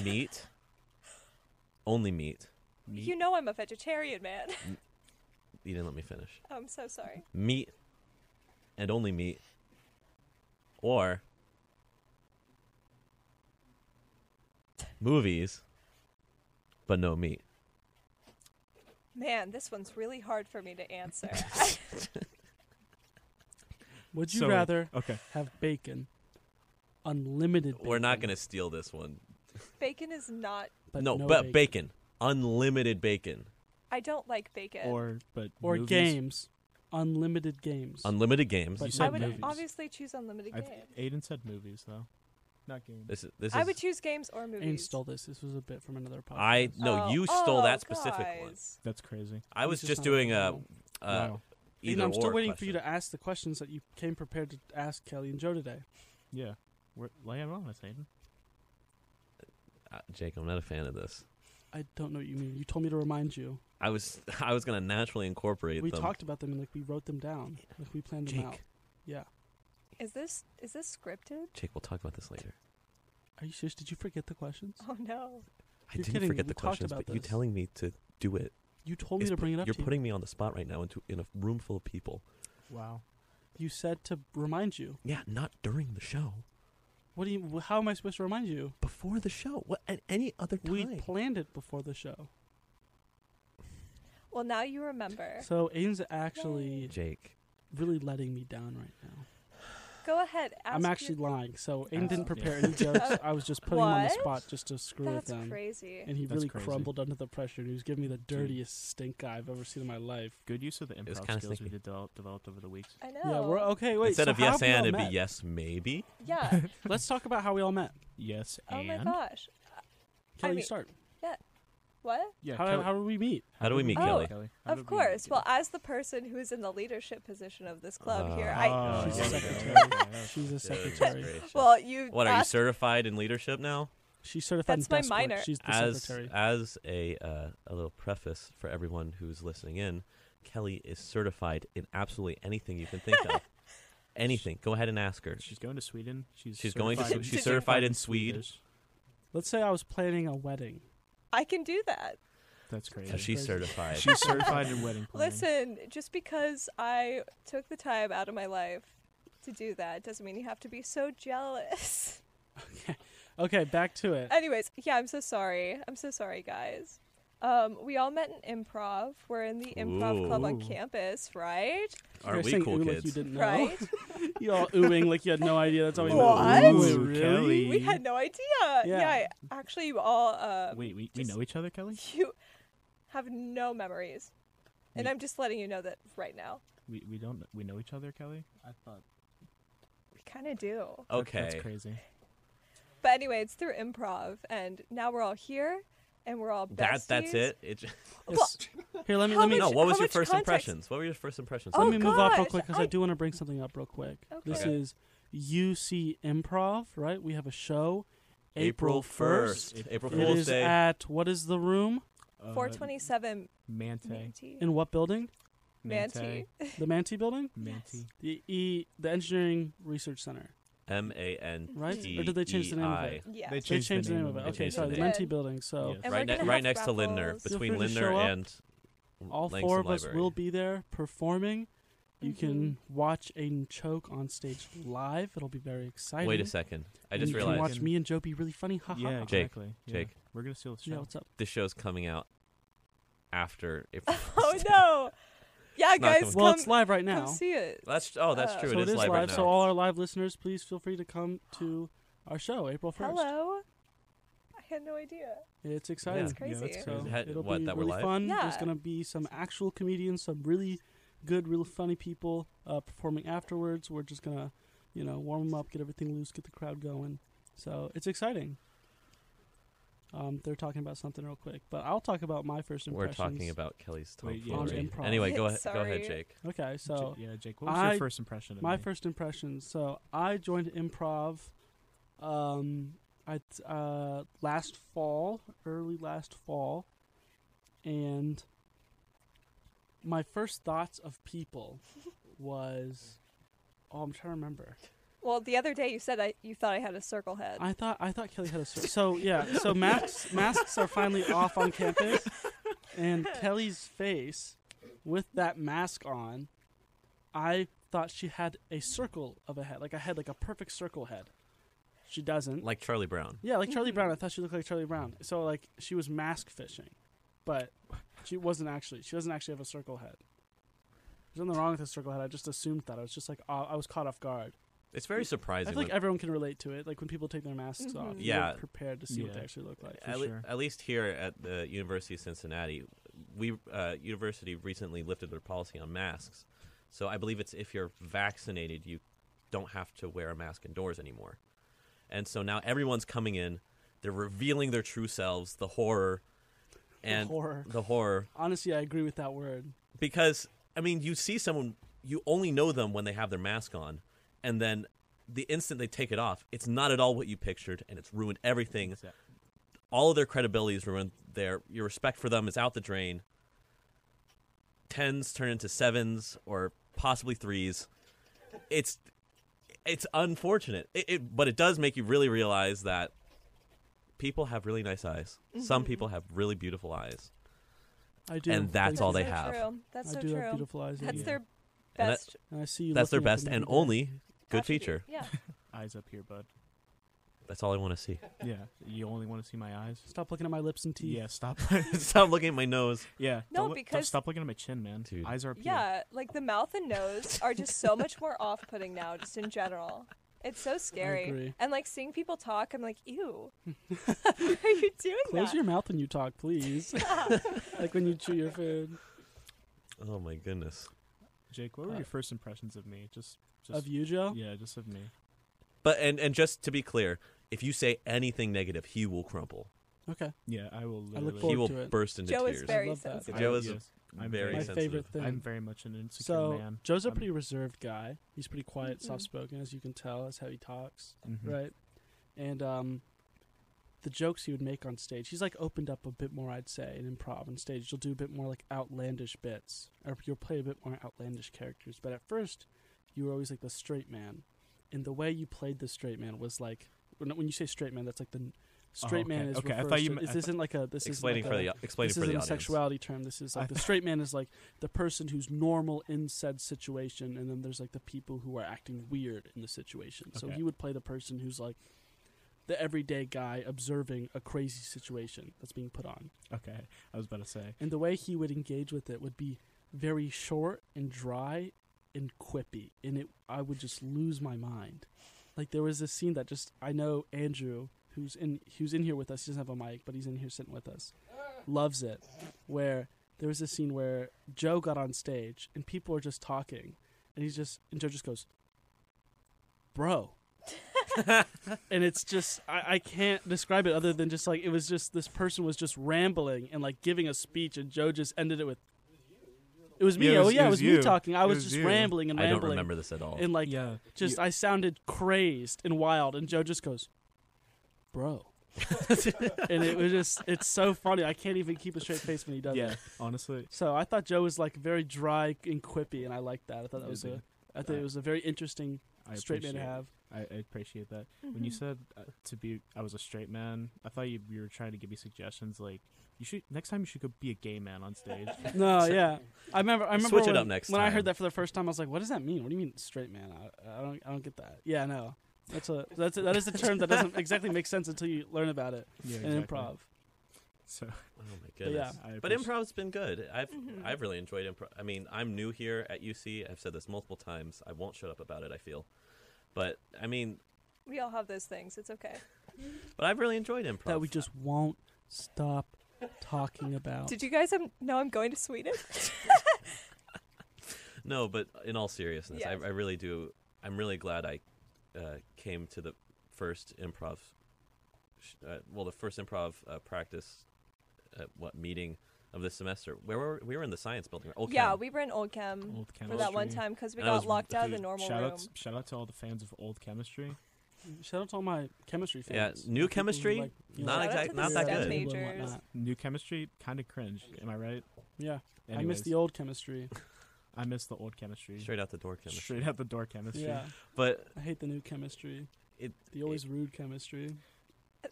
Speaker 1: Meat.
Speaker 3: (laughs)
Speaker 1: Only meat.
Speaker 4: Meat.
Speaker 2: You know I'm a vegetarian, man. (laughs)
Speaker 1: You didn't let me finish.
Speaker 2: I'm so sorry.
Speaker 1: Meat and only meat. Or movies but no meat.
Speaker 2: Man, this one's really hard for me to answer. (laughs)
Speaker 3: Would you
Speaker 4: So-
Speaker 3: rather
Speaker 4: Okay.
Speaker 3: have bacon, unlimited? Bacon,
Speaker 1: We're not going to steal this one.
Speaker 2: bacon is not.
Speaker 3: But
Speaker 1: no,
Speaker 3: no
Speaker 1: but
Speaker 3: bacon.
Speaker 1: bacon. Unlimited bacon.
Speaker 2: I don't like bacon.
Speaker 4: Or but
Speaker 3: or
Speaker 4: movies?
Speaker 3: games, unlimited games.
Speaker 1: Unlimited games.
Speaker 3: But
Speaker 4: You
Speaker 2: I
Speaker 4: said
Speaker 2: would
Speaker 4: movies.
Speaker 2: obviously choose unlimited
Speaker 4: I
Speaker 2: games.
Speaker 4: th- Aiden said movies though, not games.
Speaker 1: This is this
Speaker 2: I
Speaker 1: is
Speaker 2: would choose games or
Speaker 3: Aiden
Speaker 2: movies.
Speaker 3: stole this. This was a bit from another podcast.
Speaker 1: I no,
Speaker 2: Oh,
Speaker 1: you stole
Speaker 2: oh,
Speaker 1: that specific one.
Speaker 2: guys.
Speaker 4: That's crazy.
Speaker 1: I
Speaker 3: He's
Speaker 1: was
Speaker 3: just
Speaker 1: just
Speaker 3: not
Speaker 1: doing a,
Speaker 3: available.
Speaker 1: a
Speaker 4: wow.
Speaker 1: either
Speaker 3: Aiden, I'm still
Speaker 1: or
Speaker 3: waiting for you
Speaker 1: question.
Speaker 3: to ask the questions that you came prepared to ask Kelly and Joe today.
Speaker 4: Yeah. We're, lay it on us, Aiden.
Speaker 1: Uh, Jake, I'm not a fan of this.
Speaker 3: I don't know what you mean. You told me to remind you.
Speaker 1: I was (laughs) I was gonna naturally incorporate
Speaker 3: We
Speaker 1: them.
Speaker 3: talked about them and like we wrote them down. Like we planned them out.
Speaker 1: Jake,
Speaker 3: Yeah.
Speaker 2: Is this is this scripted?
Speaker 1: Jake, we'll talk about this later.
Speaker 3: Are you serious? Did you forget the questions?
Speaker 2: Oh no.
Speaker 1: I
Speaker 3: You're
Speaker 1: didn't
Speaker 3: kidding me.
Speaker 1: forget
Speaker 3: We
Speaker 1: the
Speaker 3: talked
Speaker 1: questions,
Speaker 3: about
Speaker 1: but you
Speaker 3: this.
Speaker 1: telling me to do it.
Speaker 3: You told
Speaker 1: is
Speaker 3: me to
Speaker 1: pu-
Speaker 3: bring it up.
Speaker 1: You're
Speaker 3: to you.
Speaker 1: putting me on the spot right now into in a room full of people.
Speaker 4: Wow.
Speaker 3: You said to remind you.
Speaker 1: Yeah, not during the show,
Speaker 3: What do you? wh- How am I supposed to remind you?
Speaker 1: before the show, what at any other time.
Speaker 3: We planned it before the show.
Speaker 2: Well, now you remember.
Speaker 3: So Aiden's actually
Speaker 1: Jake,
Speaker 3: really letting me down right now.
Speaker 2: Go ahead. Ask
Speaker 3: I'm
Speaker 2: your-
Speaker 3: actually lying. So Aiden
Speaker 4: Oh.
Speaker 3: didn't prepare
Speaker 1: (laughs)
Speaker 4: Yeah.
Speaker 3: any jokes. I was just putting him on the
Speaker 2: What?
Speaker 3: spot just to screw
Speaker 2: That's
Speaker 3: with him.
Speaker 2: crazy.
Speaker 3: And he
Speaker 4: That's
Speaker 3: really
Speaker 4: crazy.
Speaker 3: crumbled under the pressure. And he was giving me the dirtiest stink eye I've ever seen in my life.
Speaker 4: Good use of the
Speaker 1: was
Speaker 4: improv
Speaker 1: kinda
Speaker 4: skills we
Speaker 1: sneaky.
Speaker 4: developed developed over the weeks.
Speaker 2: I know.
Speaker 3: Yeah, we're okay. Wait,
Speaker 1: instead
Speaker 3: so
Speaker 1: of
Speaker 3: how
Speaker 1: yes
Speaker 3: have we all
Speaker 1: and, it'd
Speaker 3: met?
Speaker 1: be yes maybe.
Speaker 3: (laughs)
Speaker 2: Yeah.
Speaker 3: Let's talk about how we all met.
Speaker 4: Yes,
Speaker 2: Oh
Speaker 4: and
Speaker 2: my gosh.
Speaker 3: Kelly, you
Speaker 2: mean,
Speaker 3: start.
Speaker 2: What?
Speaker 4: yeah.
Speaker 3: How,
Speaker 4: Kelly-
Speaker 3: how did we meet?
Speaker 1: How do we meet,
Speaker 2: Oh,
Speaker 1: Kelly?
Speaker 4: How
Speaker 2: of
Speaker 4: did we
Speaker 2: course.
Speaker 4: meet?
Speaker 2: well, as the person who is in the leadership position of this club here,
Speaker 1: Uh,
Speaker 2: I
Speaker 1: Oh,
Speaker 3: She's
Speaker 1: yeah,
Speaker 3: a
Speaker 1: okay.
Speaker 3: secretary. (laughs) She's a
Speaker 1: Goodness
Speaker 3: secretary.
Speaker 1: gracious.
Speaker 2: well, you
Speaker 1: (laughs) what are you
Speaker 2: asked,
Speaker 1: certified in leadership now?
Speaker 3: She's certified.
Speaker 2: That's
Speaker 3: in
Speaker 2: my
Speaker 3: desk work.
Speaker 2: minor.
Speaker 3: She's the
Speaker 1: as
Speaker 3: secretary.
Speaker 1: as a uh, a little preface for everyone who's listening in, Kelly is certified in absolutely anything you can think
Speaker 3: (laughs)
Speaker 1: of. Anything. Go ahead and ask her.
Speaker 4: She's going to Sweden. She's
Speaker 1: She's going to
Speaker 4: certified
Speaker 2: Swe-
Speaker 4: in-
Speaker 2: she's certified
Speaker 1: in Swede.
Speaker 4: Swedish.
Speaker 3: Let's say I was planning a wedding.
Speaker 2: I can do that.
Speaker 4: That's
Speaker 1: So
Speaker 4: crazy.
Speaker 1: she's certified.
Speaker 4: she's certified
Speaker 2: (laughs)
Speaker 4: in wedding planning.
Speaker 2: Listen, just because I took the time out of my life to do that doesn't mean you have to be so jealous. (laughs)
Speaker 3: Okay, back to it.
Speaker 2: Anyways, yeah, I'm so sorry. I'm so sorry, guys. Um, we all met in improv. We're in the improv club on
Speaker 4: Ooh.
Speaker 2: campus, right?
Speaker 1: Are
Speaker 3: You're
Speaker 1: we
Speaker 3: saying
Speaker 1: cool
Speaker 3: ooh Like you
Speaker 1: kids?
Speaker 3: didn't know. (laughs)
Speaker 2: Right? (laughs)
Speaker 3: you all oohing like you had no idea. That's all we
Speaker 2: What?
Speaker 3: meant.
Speaker 4: Ooh,
Speaker 3: really?
Speaker 4: Kelly.
Speaker 2: We had no idea. Yeah,
Speaker 3: Yeah.
Speaker 2: I- actually, you all uh,
Speaker 4: Wait, we, we know each other, Kelly?
Speaker 2: you have no memories, and
Speaker 4: Me-
Speaker 2: I'm just letting you know that right now.
Speaker 4: We we don't we know each other, Kelly? I thought
Speaker 2: We kind of do.
Speaker 1: Okay.
Speaker 4: That's crazy.
Speaker 2: But anyway, it's through improv, and now we're all here, and we're all besties.
Speaker 1: That that's it. It just,
Speaker 3: Yes. Here, let me
Speaker 2: How
Speaker 3: let me
Speaker 1: no.
Speaker 2: much-
Speaker 1: What was
Speaker 2: how
Speaker 1: your
Speaker 2: much
Speaker 1: first
Speaker 2: context-
Speaker 1: impressions? What were your first impressions?
Speaker 2: Oh,
Speaker 3: let me move off real
Speaker 2: gosh,
Speaker 3: quick because I,
Speaker 2: I-
Speaker 3: do want to bring something up real quick. This
Speaker 1: Okay.
Speaker 3: is UC Improv, right? We have a show
Speaker 1: April first, April
Speaker 3: It
Speaker 1: Fool's
Speaker 3: is
Speaker 1: Day.
Speaker 3: at what is the room
Speaker 4: Uh,
Speaker 2: 427
Speaker 4: Mante.
Speaker 2: Manti.
Speaker 3: in what building?
Speaker 2: Manti.
Speaker 3: The Mantee building,
Speaker 4: Mante.
Speaker 3: the E, the Engineering Research center,
Speaker 1: M A N
Speaker 3: right?
Speaker 1: T
Speaker 3: Or did they change the name of
Speaker 1: E
Speaker 3: it?
Speaker 2: (laughs) Yeah.
Speaker 4: They
Speaker 3: They
Speaker 4: changed,
Speaker 3: changed the name, of
Speaker 4: of
Speaker 3: it.
Speaker 1: They
Speaker 3: Okay,
Speaker 1: changed
Speaker 3: sorry,
Speaker 1: the
Speaker 3: the
Speaker 2: name.
Speaker 3: Mentee building. So
Speaker 4: Yes.
Speaker 2: And
Speaker 1: right,
Speaker 2: we're
Speaker 1: ne-
Speaker 2: gonna
Speaker 1: right
Speaker 2: have
Speaker 1: next to Lindner,
Speaker 2: raffles.
Speaker 3: Feel
Speaker 1: between
Speaker 3: free to
Speaker 1: Lindner
Speaker 3: show up.
Speaker 1: and
Speaker 3: all
Speaker 1: Langston
Speaker 3: four of us
Speaker 1: Library.
Speaker 3: will be there performing. You
Speaker 2: Mhm.
Speaker 3: can watch Aiden choke on stage live. It'll be very exciting.
Speaker 1: Wait a second, I just
Speaker 3: you
Speaker 1: realized
Speaker 3: can watch me and Joe be really funny. Ha ha.
Speaker 4: Yeah,
Speaker 3: ha.
Speaker 1: Jake,
Speaker 4: exactly. Yeah.
Speaker 1: Jake.
Speaker 4: We're gonna steal the show.
Speaker 3: yeah, what's up?
Speaker 1: this show's coming out after April.
Speaker 3: (laughs)
Speaker 2: (laughs) Oh
Speaker 1: Fool's Day.
Speaker 2: no! Yeah,
Speaker 1: It's not
Speaker 2: guys,
Speaker 1: coming-
Speaker 3: well,
Speaker 2: come,
Speaker 3: it's live right now.
Speaker 2: come see it.
Speaker 1: That's oh, that's
Speaker 2: Uh,
Speaker 1: true.
Speaker 3: so
Speaker 1: it is, live, right now.
Speaker 3: So all our live listeners, please feel free to come to our show April first.
Speaker 2: Hello. I had no idea.
Speaker 3: It's exciting.
Speaker 1: That's
Speaker 2: crazy.
Speaker 4: Yeah, that's
Speaker 3: So
Speaker 4: crazy.
Speaker 1: Ha-
Speaker 3: it'll
Speaker 1: what,
Speaker 3: be
Speaker 1: that we're
Speaker 3: really
Speaker 1: live?
Speaker 3: fun. There's
Speaker 2: Yeah.
Speaker 3: gonna be some actual comedians, some really good, real funny people uh, performing afterwards. We're just gonna, you know, warm them up, get everything loose, get the crowd going. So it's exciting. Um, they're talking about something real quick, but I'll talk about my first
Speaker 1: We're
Speaker 3: impressions.
Speaker 1: talking about Kelly's
Speaker 4: Wait, yeah,
Speaker 1: tomfoolery.
Speaker 3: improv.
Speaker 1: Anyway, go ahead. Go ahead,
Speaker 2: Sorry.
Speaker 1: Jake.
Speaker 3: Okay,
Speaker 4: Ja-
Speaker 3: so
Speaker 4: yeah, Jake, what was
Speaker 3: I-
Speaker 4: your first impression of
Speaker 3: my
Speaker 4: me?
Speaker 3: first impressions. So I joined improv, um, I t- uh last fall, early last fall, and my first thoughts of people was, oh, I'm trying to remember.
Speaker 2: Well, the other day you said I, you thought I had a circle head.
Speaker 3: I thought I thought Kelly had a sur- so yeah. So masks masks are finally off on campus, and Kelly's face with that mask on, I thought she had a circle of a head, like I had like a perfect circle head. She doesn't.
Speaker 1: Like Charlie Brown.
Speaker 3: Yeah, like Charlie Brown. I thought she looked like Charlie Brown. So like she was mask fishing, but she wasn't actually. She doesn't actually have a circle head. There's nothing wrong with a circle head. I just assumed that. I was just like, oh, I was caught off guard.
Speaker 1: It's very
Speaker 3: I
Speaker 1: surprising.
Speaker 3: feel like
Speaker 1: when-
Speaker 3: everyone can relate to it. Like when people take their masks off,
Speaker 2: Mhm.
Speaker 1: Yeah.
Speaker 3: you're prepared to see what they
Speaker 4: Yeah.
Speaker 3: actually look like.
Speaker 4: for
Speaker 1: at, le-
Speaker 4: sure.
Speaker 1: at least here at the University of Cincinnati, we uh, university recently lifted their policy on masks. So I believe it's if you're vaccinated, you don't have to wear a mask indoors anymore. And so now everyone's coming in, they're revealing their true selves, the horror, and
Speaker 3: horror.
Speaker 1: the horror.
Speaker 3: Honestly, I agree with that word.
Speaker 1: Because I mean, you see someone, you only know them when they have their mask on, and then the instant they take it off, it's not at all what you pictured, and it's ruined everything
Speaker 4: Exact-
Speaker 1: all of their credibility is ruined. Their your respect for them is out the drain. Tens turn into sevens or possibly threes. It's it's unfortunate, it, it, but it does make you really realize that people have really nice eyes. Some
Speaker 3: Mm-hmm.
Speaker 1: people have really beautiful eyes,
Speaker 3: I do,
Speaker 1: And that's
Speaker 3: Thank
Speaker 1: all
Speaker 3: you.
Speaker 1: they
Speaker 2: so
Speaker 1: have.
Speaker 2: True. That's
Speaker 3: I
Speaker 2: so
Speaker 3: do have
Speaker 2: true.
Speaker 3: beautiful eyes.
Speaker 2: That's
Speaker 3: yeah.
Speaker 2: their
Speaker 1: And that-
Speaker 2: best.
Speaker 3: And I see you.
Speaker 1: that's their
Speaker 3: looking at
Speaker 1: best
Speaker 3: them
Speaker 1: and
Speaker 3: every day.
Speaker 1: only good
Speaker 2: attribute.
Speaker 1: feature.
Speaker 3: (laughs)
Speaker 2: Yeah.
Speaker 4: Eyes up here, bud.
Speaker 1: That's all I want to see. (laughs)
Speaker 4: Yeah, you only want to see my eyes.
Speaker 3: Stop looking at my lips and teeth.
Speaker 4: Yeah, stop. (laughs)
Speaker 1: Stop looking at my nose.
Speaker 4: yeah,
Speaker 2: No,
Speaker 4: don't look- don't
Speaker 2: because-
Speaker 4: stop looking at my chin, man.
Speaker 1: Dude.
Speaker 4: Eyes are up here.
Speaker 2: Yeah, like the mouth and nose are just so much
Speaker 3: (laughs)
Speaker 2: more off-putting now, just in general. It's so
Speaker 3: agree.
Speaker 2: scary. And like seeing people talk, I'm like,
Speaker 3: (laughs)
Speaker 2: ew. (laughs) Why are you doing
Speaker 3: Close
Speaker 2: that?
Speaker 3: your mouth when you talk,
Speaker 2: (laughs)
Speaker 3: please. (laughs) like when you chew your food.
Speaker 1: Oh my goodness.
Speaker 4: Jake, what were
Speaker 3: Uh,
Speaker 4: your first impressions of me? Just, just
Speaker 3: Of you, Joe.
Speaker 4: Yeah, just of me.
Speaker 1: But and and just to be clear, if you say anything negative, he will crumple.
Speaker 3: Okay.
Speaker 4: Yeah, I will.
Speaker 3: I
Speaker 4: Literally,
Speaker 3: look
Speaker 1: He
Speaker 3: forward
Speaker 1: will
Speaker 3: to it.
Speaker 1: burst into
Speaker 2: Joe
Speaker 1: tears.
Speaker 2: is very
Speaker 3: love that.
Speaker 2: sensitive.
Speaker 4: I-
Speaker 1: Joe is a
Speaker 4: yes, I'm
Speaker 1: very
Speaker 3: my
Speaker 4: very.
Speaker 1: sensitive.
Speaker 3: favorite thing.
Speaker 4: I'm very much an insecure
Speaker 3: so
Speaker 4: man.
Speaker 3: Joe's a
Speaker 4: I'm-
Speaker 3: pretty reserved guy. He's pretty quiet,
Speaker 2: Mhm.
Speaker 3: soft spoken, as you can tell, as how he talks.
Speaker 4: Mhm.
Speaker 3: right? And um, the jokes he would make on stage, he's like opened up a bit more, I'd say, in improv on stage. You'll do a bit more like outlandish bits, or you'll play a bit more outlandish characters. But at first, you were always like the straight man, and the way you played the straight man was like when, when you say straight man, that's like the n- straight man
Speaker 4: Oh, okay.
Speaker 3: is
Speaker 4: Okay, I thought
Speaker 3: reversed.
Speaker 4: you
Speaker 3: It-
Speaker 4: me-
Speaker 3: This
Speaker 4: I thought-
Speaker 3: isn't like a this is
Speaker 1: explaining
Speaker 3: like
Speaker 1: for
Speaker 3: a,
Speaker 1: the explaining
Speaker 3: this
Speaker 1: for
Speaker 3: isn't
Speaker 1: the
Speaker 3: a
Speaker 1: audience.
Speaker 3: sexuality term. This is
Speaker 4: I
Speaker 1: (laughs)
Speaker 3: like the
Speaker 4: thought-
Speaker 3: straight man is like the person who's normal in said situation, and then there's like the people who are acting weird in the situation. So
Speaker 4: Okay.
Speaker 3: he would play the person who's like the everyday guy observing a crazy situation that's being put on.
Speaker 4: Okay, I was about to say.
Speaker 3: And the way he would engage with it would be very short and dry and quippy. And it I would just lose my mind. Like there was this scene that just I know Andrew, who's in who's in here with us, he doesn't have a mic, but he's in here sitting with us, loves it. Where there was this scene where Joe got on stage and people are just talking and he's just and Joe just goes, Bro, and it's just I, I can't describe it other than just like it was just this person was just rambling and like giving a speech and Joe just ended it with it was me
Speaker 4: Yeah, it
Speaker 3: oh
Speaker 4: was-
Speaker 3: yeah
Speaker 4: it
Speaker 3: it was,
Speaker 4: was you.
Speaker 3: me talking I
Speaker 4: It
Speaker 3: was,
Speaker 4: was
Speaker 3: just
Speaker 4: you.
Speaker 3: rambling and
Speaker 1: I
Speaker 3: rambling
Speaker 1: don't remember this at all.
Speaker 3: and like
Speaker 4: Yeah,
Speaker 3: just I sounded crazed and wild and Joe just goes bro (laughs) and it was just it's so funny I can't even keep a straight face when he does
Speaker 4: yeah.
Speaker 3: it
Speaker 4: Honestly,
Speaker 3: so I thought Joe was like very dry and quippy and I liked that I thought that was
Speaker 4: Yeah.
Speaker 3: a I thought it was a very interesting
Speaker 4: I
Speaker 3: straight man to
Speaker 4: appreciate it.
Speaker 3: have Mm-hmm.
Speaker 4: I, I appreciate that. When
Speaker 2: Mm-hmm.
Speaker 4: you said uh, to be, I was a straight man. I thought you, you were trying to give me suggestions. Like you should next time you should go be a gay man on stage.
Speaker 3: No, yeah, I remember. I remember
Speaker 1: Switch it
Speaker 3: when,
Speaker 1: up next
Speaker 3: when I
Speaker 1: time.
Speaker 3: heard that for the first time, I was like, "What does that mean? What do you mean straight man? I, I don't, I don't get that." Yeah, no, that's a that's a, that is a term that doesn't exactly make sense until you learn about it
Speaker 4: yeah,
Speaker 3: in improv.
Speaker 4: So
Speaker 1: oh my goodness.
Speaker 4: I
Speaker 1: But
Speaker 4: appreciate-
Speaker 1: improv's been good. I've I've really enjoyed improv. I mean, I'm new here at UC. I've said this multiple times. I won't shut up about it. I feel, but I mean,
Speaker 2: We all have those things. It's okay.
Speaker 1: but I've really enjoyed improv.
Speaker 3: That we just won't stop talking about.
Speaker 2: Did you guys um, know I'm going to Sweden?
Speaker 1: No, but in all seriousness,
Speaker 2: Yes.
Speaker 1: I, I really do. I'm really glad I uh, came to the first improv, sh- uh, well, the first improv uh, practice, uh, what meeting of this semester? Where were we? were in the science building. Old
Speaker 2: yeah,
Speaker 1: Cam.
Speaker 2: we were in Old Chem
Speaker 4: old
Speaker 2: for
Speaker 4: chemistry.
Speaker 2: that one time because we
Speaker 1: And I
Speaker 2: got
Speaker 1: was-
Speaker 2: locked out of the
Speaker 1: dude,
Speaker 2: normal
Speaker 4: Shout
Speaker 2: room.
Speaker 4: out, shout out to all the fans of old chemistry.
Speaker 3: Shout out to all my chemistry
Speaker 1: Yeah,
Speaker 3: fans.
Speaker 1: new
Speaker 3: People who
Speaker 1: chemistry,
Speaker 3: like- you
Speaker 1: not
Speaker 3: like
Speaker 2: Shout out
Speaker 1: exact,
Speaker 2: to
Speaker 1: not
Speaker 2: the
Speaker 1: that
Speaker 2: STEM
Speaker 1: good.
Speaker 2: major.
Speaker 3: people and
Speaker 2: majors.
Speaker 3: whatnot.
Speaker 4: New chemistry, kind of cringe. Am I right?
Speaker 3: Yeah, I
Speaker 4: Anyways,
Speaker 3: miss the
Speaker 1: (laughs)
Speaker 3: old chemistry.
Speaker 4: I miss the old chemistry.
Speaker 1: Straight out the door, Kim.
Speaker 4: Straight out the door chemistry.
Speaker 3: Yeah,
Speaker 1: But
Speaker 3: I hate the new chemistry.
Speaker 1: it,
Speaker 3: The always rude chemistry.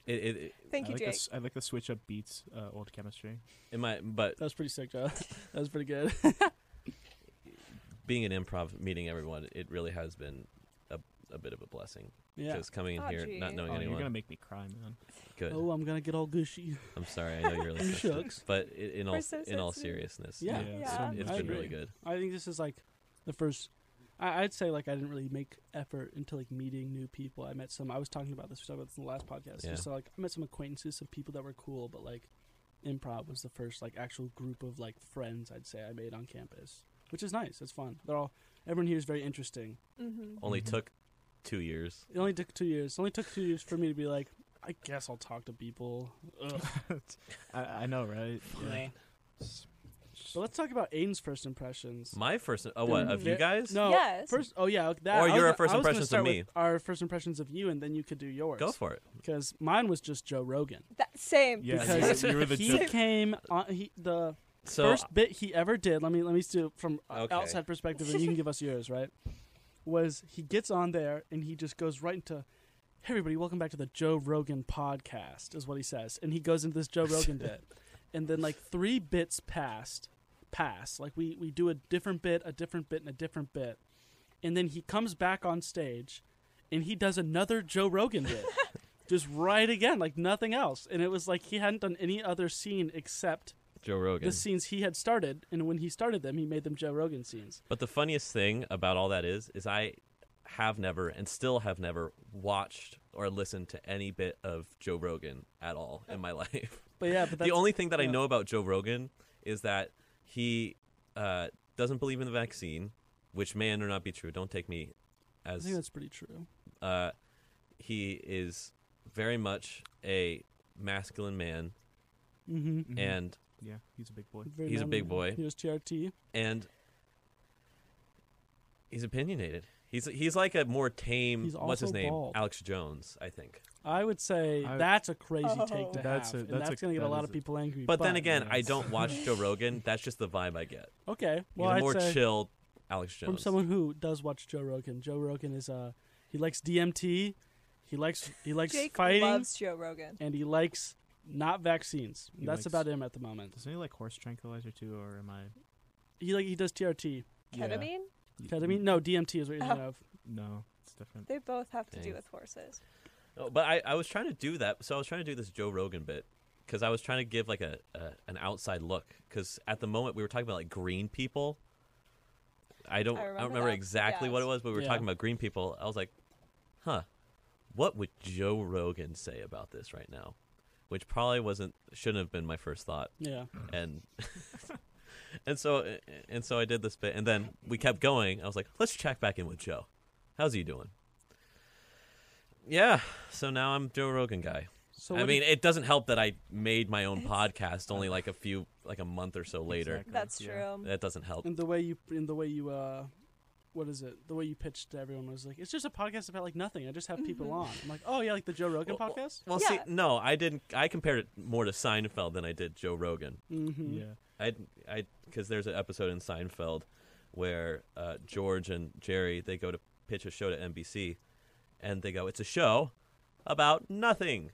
Speaker 1: it, it, it,
Speaker 2: Thank
Speaker 4: I
Speaker 2: you,
Speaker 4: like the
Speaker 2: Jake.
Speaker 4: s- I like the switch up beats. Uh, old chemistry.
Speaker 1: it might, but
Speaker 3: That was pretty sick, Joe. (laughs) that was pretty good.
Speaker 1: being an improv, meeting everyone, it really has been a, a bit of a blessing.
Speaker 3: Yeah.
Speaker 1: Because coming in
Speaker 2: Oh,
Speaker 1: here, not
Speaker 2: gee.
Speaker 1: knowing
Speaker 4: Oh, you're
Speaker 1: anyone,
Speaker 4: gonna make me cry, man.
Speaker 1: good.
Speaker 3: Oh, I'm gonna get
Speaker 1: (laughs)
Speaker 3: all gushy.
Speaker 1: I'm sorry, I know you're really
Speaker 3: Shucks.
Speaker 1: But i- in all
Speaker 2: We're so
Speaker 1: in all
Speaker 2: sensitive.
Speaker 1: seriousness,
Speaker 3: Yeah.
Speaker 1: it-
Speaker 4: it's so
Speaker 2: Yeah.
Speaker 1: it's
Speaker 3: I
Speaker 1: been really
Speaker 3: agree.
Speaker 1: good.
Speaker 3: I think this is like the first. I, I'd say like I didn't really make effort into like meeting new people. I met some. I was talking about this. We talked about this in the last podcast.
Speaker 1: Yeah.
Speaker 3: Just like I met some acquaintances, some people that were cool, but like improv was the first like actual group of like friends I'd say I made on campus, which is nice. It's fun. They're all everyone here is very interesting.
Speaker 2: hmm
Speaker 1: Only
Speaker 3: Mm-hmm.
Speaker 4: Mhm.
Speaker 1: took two years.
Speaker 3: It only took two years. It only took two years for me to be like, I guess I'll talk to people. Ugh.
Speaker 4: (laughs) I, I know, right?
Speaker 3: Yeah. But let's talk about Aiden's first impressions.
Speaker 1: My first, oh what of you
Speaker 3: Yeah.
Speaker 1: guys?
Speaker 3: No,
Speaker 2: Yes.
Speaker 3: first. Oh yeah, okay,
Speaker 1: Or
Speaker 3: that. I was
Speaker 1: your
Speaker 3: gonna-
Speaker 1: first
Speaker 3: I was gonna
Speaker 1: impressions of
Speaker 3: start with
Speaker 1: me.
Speaker 3: Our first impressions of you, and then you could do yours.
Speaker 1: go for it.
Speaker 3: Because mine was just Joe Rogan.
Speaker 2: That, same.
Speaker 4: Yeah,
Speaker 3: Because
Speaker 4: you were
Speaker 3: (laughs)
Speaker 4: the
Speaker 3: he
Speaker 4: joke.
Speaker 3: came on he, the
Speaker 1: So
Speaker 3: first bit he ever did. Let me let me do from a
Speaker 1: Okay.
Speaker 3: outside perspective, and you can give us yours. Right? Was he gets on there and he just goes right into. Hey everybody, welcome back to the Joe Rogan podcast, is what he says, and he goes into this Joe
Speaker 1: (laughs)
Speaker 3: Rogan bit, and then like three bits passed, pass. Like we we do a different bit, a different bit, and a different bit, and then he comes back on stage, and he does another Joe
Speaker 1: (laughs)
Speaker 3: Rogan bit, just right again, like nothing else. And it was like he hadn't done any other scene except
Speaker 1: Joe Rogan.
Speaker 3: the scenes he had started, and when he started them, he made them Joe Rogan scenes.
Speaker 1: but the funniest thing about all that is, is I have never and still have never watched or listened to any bit of Joe Rogan at all in my (laughs) life.
Speaker 3: But yeah, but that's,
Speaker 1: the only thing that I
Speaker 3: yeah.
Speaker 1: know about Joe Rogan is that he uh, doesn't believe in the vaccine, which may or may not be true. Don't take me
Speaker 3: I
Speaker 1: as
Speaker 3: think that's pretty true.
Speaker 1: uh, he is very much a masculine man
Speaker 3: Mm-hmm.
Speaker 4: Mhm.
Speaker 1: and
Speaker 4: yeah, he's a big boy.
Speaker 1: He's a big boy.
Speaker 3: He was TRT.
Speaker 1: and he's opinionated he's he's like a more tame
Speaker 3: He's
Speaker 1: what's his
Speaker 3: also
Speaker 1: name
Speaker 3: bald.
Speaker 1: alex jones i think
Speaker 3: I would say
Speaker 4: I-
Speaker 3: that's a crazy
Speaker 2: Oh.
Speaker 3: take to
Speaker 4: That's
Speaker 3: have,
Speaker 4: a-
Speaker 3: and
Speaker 4: that's a-
Speaker 3: that's going to get a
Speaker 4: that
Speaker 3: lot
Speaker 4: is
Speaker 3: of
Speaker 4: a-
Speaker 3: people angry.
Speaker 1: but, then again i
Speaker 4: yes.
Speaker 1: don't watch
Speaker 3: (laughs)
Speaker 1: joe rogan that's just the vibe i get
Speaker 3: okay,
Speaker 1: he's
Speaker 3: well,
Speaker 1: a
Speaker 3: I'd
Speaker 1: more
Speaker 3: say
Speaker 1: chill alex jones
Speaker 3: from someone who does watch Joe Rogan. Joe Rogan is uh he likes DMT, he likes he likes
Speaker 2: Jake
Speaker 3: fighting,
Speaker 2: loves Joe Rogan.
Speaker 3: and he likes not vaccines.
Speaker 4: He
Speaker 3: That's
Speaker 4: likes-
Speaker 3: about him at the moment.
Speaker 4: Doesn't he like horse tranquilizer too, or am I?
Speaker 3: He like he does TRT.
Speaker 4: Yeah.
Speaker 2: Ketamine?
Speaker 4: Y-
Speaker 2: Oh.
Speaker 3: Ketamine? No, DMT is what you're thinking of.
Speaker 4: No, it's different.
Speaker 2: They both have to
Speaker 1: Dang.
Speaker 2: do with horses.
Speaker 1: No, Oh, but I, I was trying to do that. So I was trying to do this Joe Rogan bit because I was trying to give like a, a an outside look because at the moment we were talking about like green people. I don't I,
Speaker 2: remember
Speaker 1: don't remember
Speaker 2: that.
Speaker 1: exactly
Speaker 2: Yeah.
Speaker 1: what it was, but we were
Speaker 3: Yeah.
Speaker 1: talking about green people. I was like, huh, what would Joe Rogan say about this right now? Which probably wasn't shouldn't have been my first thought
Speaker 3: Yeah.
Speaker 1: and (laughs) and so and so I did this bit, and then we kept going. I was like, let's check back in with Joe. How's he doing? Yeah. So now I'm Joe Rogan guy.
Speaker 3: So
Speaker 1: I
Speaker 3: what
Speaker 1: mean,
Speaker 3: did-
Speaker 1: it doesn't help that I made my own podcast only like a few, like a month or so later.
Speaker 4: Exactly,
Speaker 2: That's
Speaker 4: yeah.
Speaker 2: true.
Speaker 1: That doesn't help.
Speaker 3: in the way you in the way you uh what is it? The way you pitched to everyone was like, it's just a podcast about like nothing. I just have people on. I'm like, oh yeah, like the Joe Rogan
Speaker 1: Well,
Speaker 3: podcast.
Speaker 1: Well, see,
Speaker 2: Yeah.
Speaker 1: no, I didn't. I compared it more to Seinfeld than I did Joe Rogan.
Speaker 3: Mm-hmm.
Speaker 4: Yeah.
Speaker 1: I, I, because there's an episode in Seinfeld where uh, George and Jerry they go to pitch a show to NBC, and they go, "It's a show about nothing."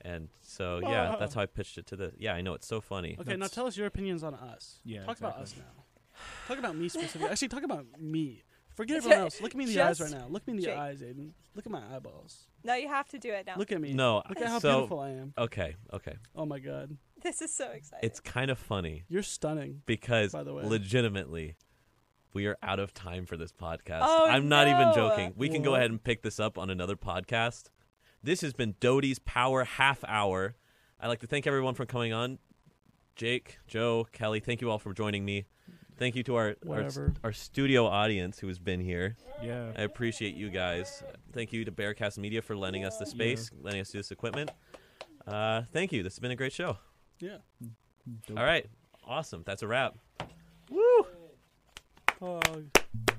Speaker 1: And so yeah, that's how I pitched it to the. Yeah, I know it's so funny.
Speaker 3: Okay, now
Speaker 4: That's-
Speaker 3: tell us your opinions on us.
Speaker 4: Yeah,
Speaker 3: Talk about us
Speaker 4: exactly.
Speaker 3: now. Talk about me specifically. Actually, talk about me. Forget everyone else. Look at me in the eyes right
Speaker 2: Just
Speaker 3: now. Look me in the
Speaker 2: Jake.
Speaker 3: eyes, Aiden. Look at my eyeballs.
Speaker 2: No, you have to do it now.
Speaker 3: Look at me.
Speaker 1: No,
Speaker 3: Look at how
Speaker 1: so
Speaker 3: beautiful I am.
Speaker 1: okay, okay,
Speaker 3: Oh my god.
Speaker 2: (laughs) This is so exciting.
Speaker 1: it's kind of funny
Speaker 3: You're stunning.
Speaker 1: because
Speaker 3: By the way.
Speaker 1: legitimately. We are out of time for this podcast.
Speaker 2: Oh,
Speaker 1: I'm not even
Speaker 2: no.
Speaker 1: joking. We can go
Speaker 3: What?
Speaker 1: ahead and pick this up on another podcast. This has been Doty's Power Half Hour. I'd like to thank everyone for coming on. Jake, Joe, Kelly, thank you all for joining me. Thank you to our our,
Speaker 3: Whatever.
Speaker 1: our studio audience who has been here.
Speaker 4: Yeah.
Speaker 1: I appreciate you guys. Thank you to Bearcast Media for lending us the space, lending us this equipment. Uh, thank you. This has been a great show.
Speaker 3: Yeah.
Speaker 1: All right. Awesome. That's a wrap.
Speaker 3: Oh,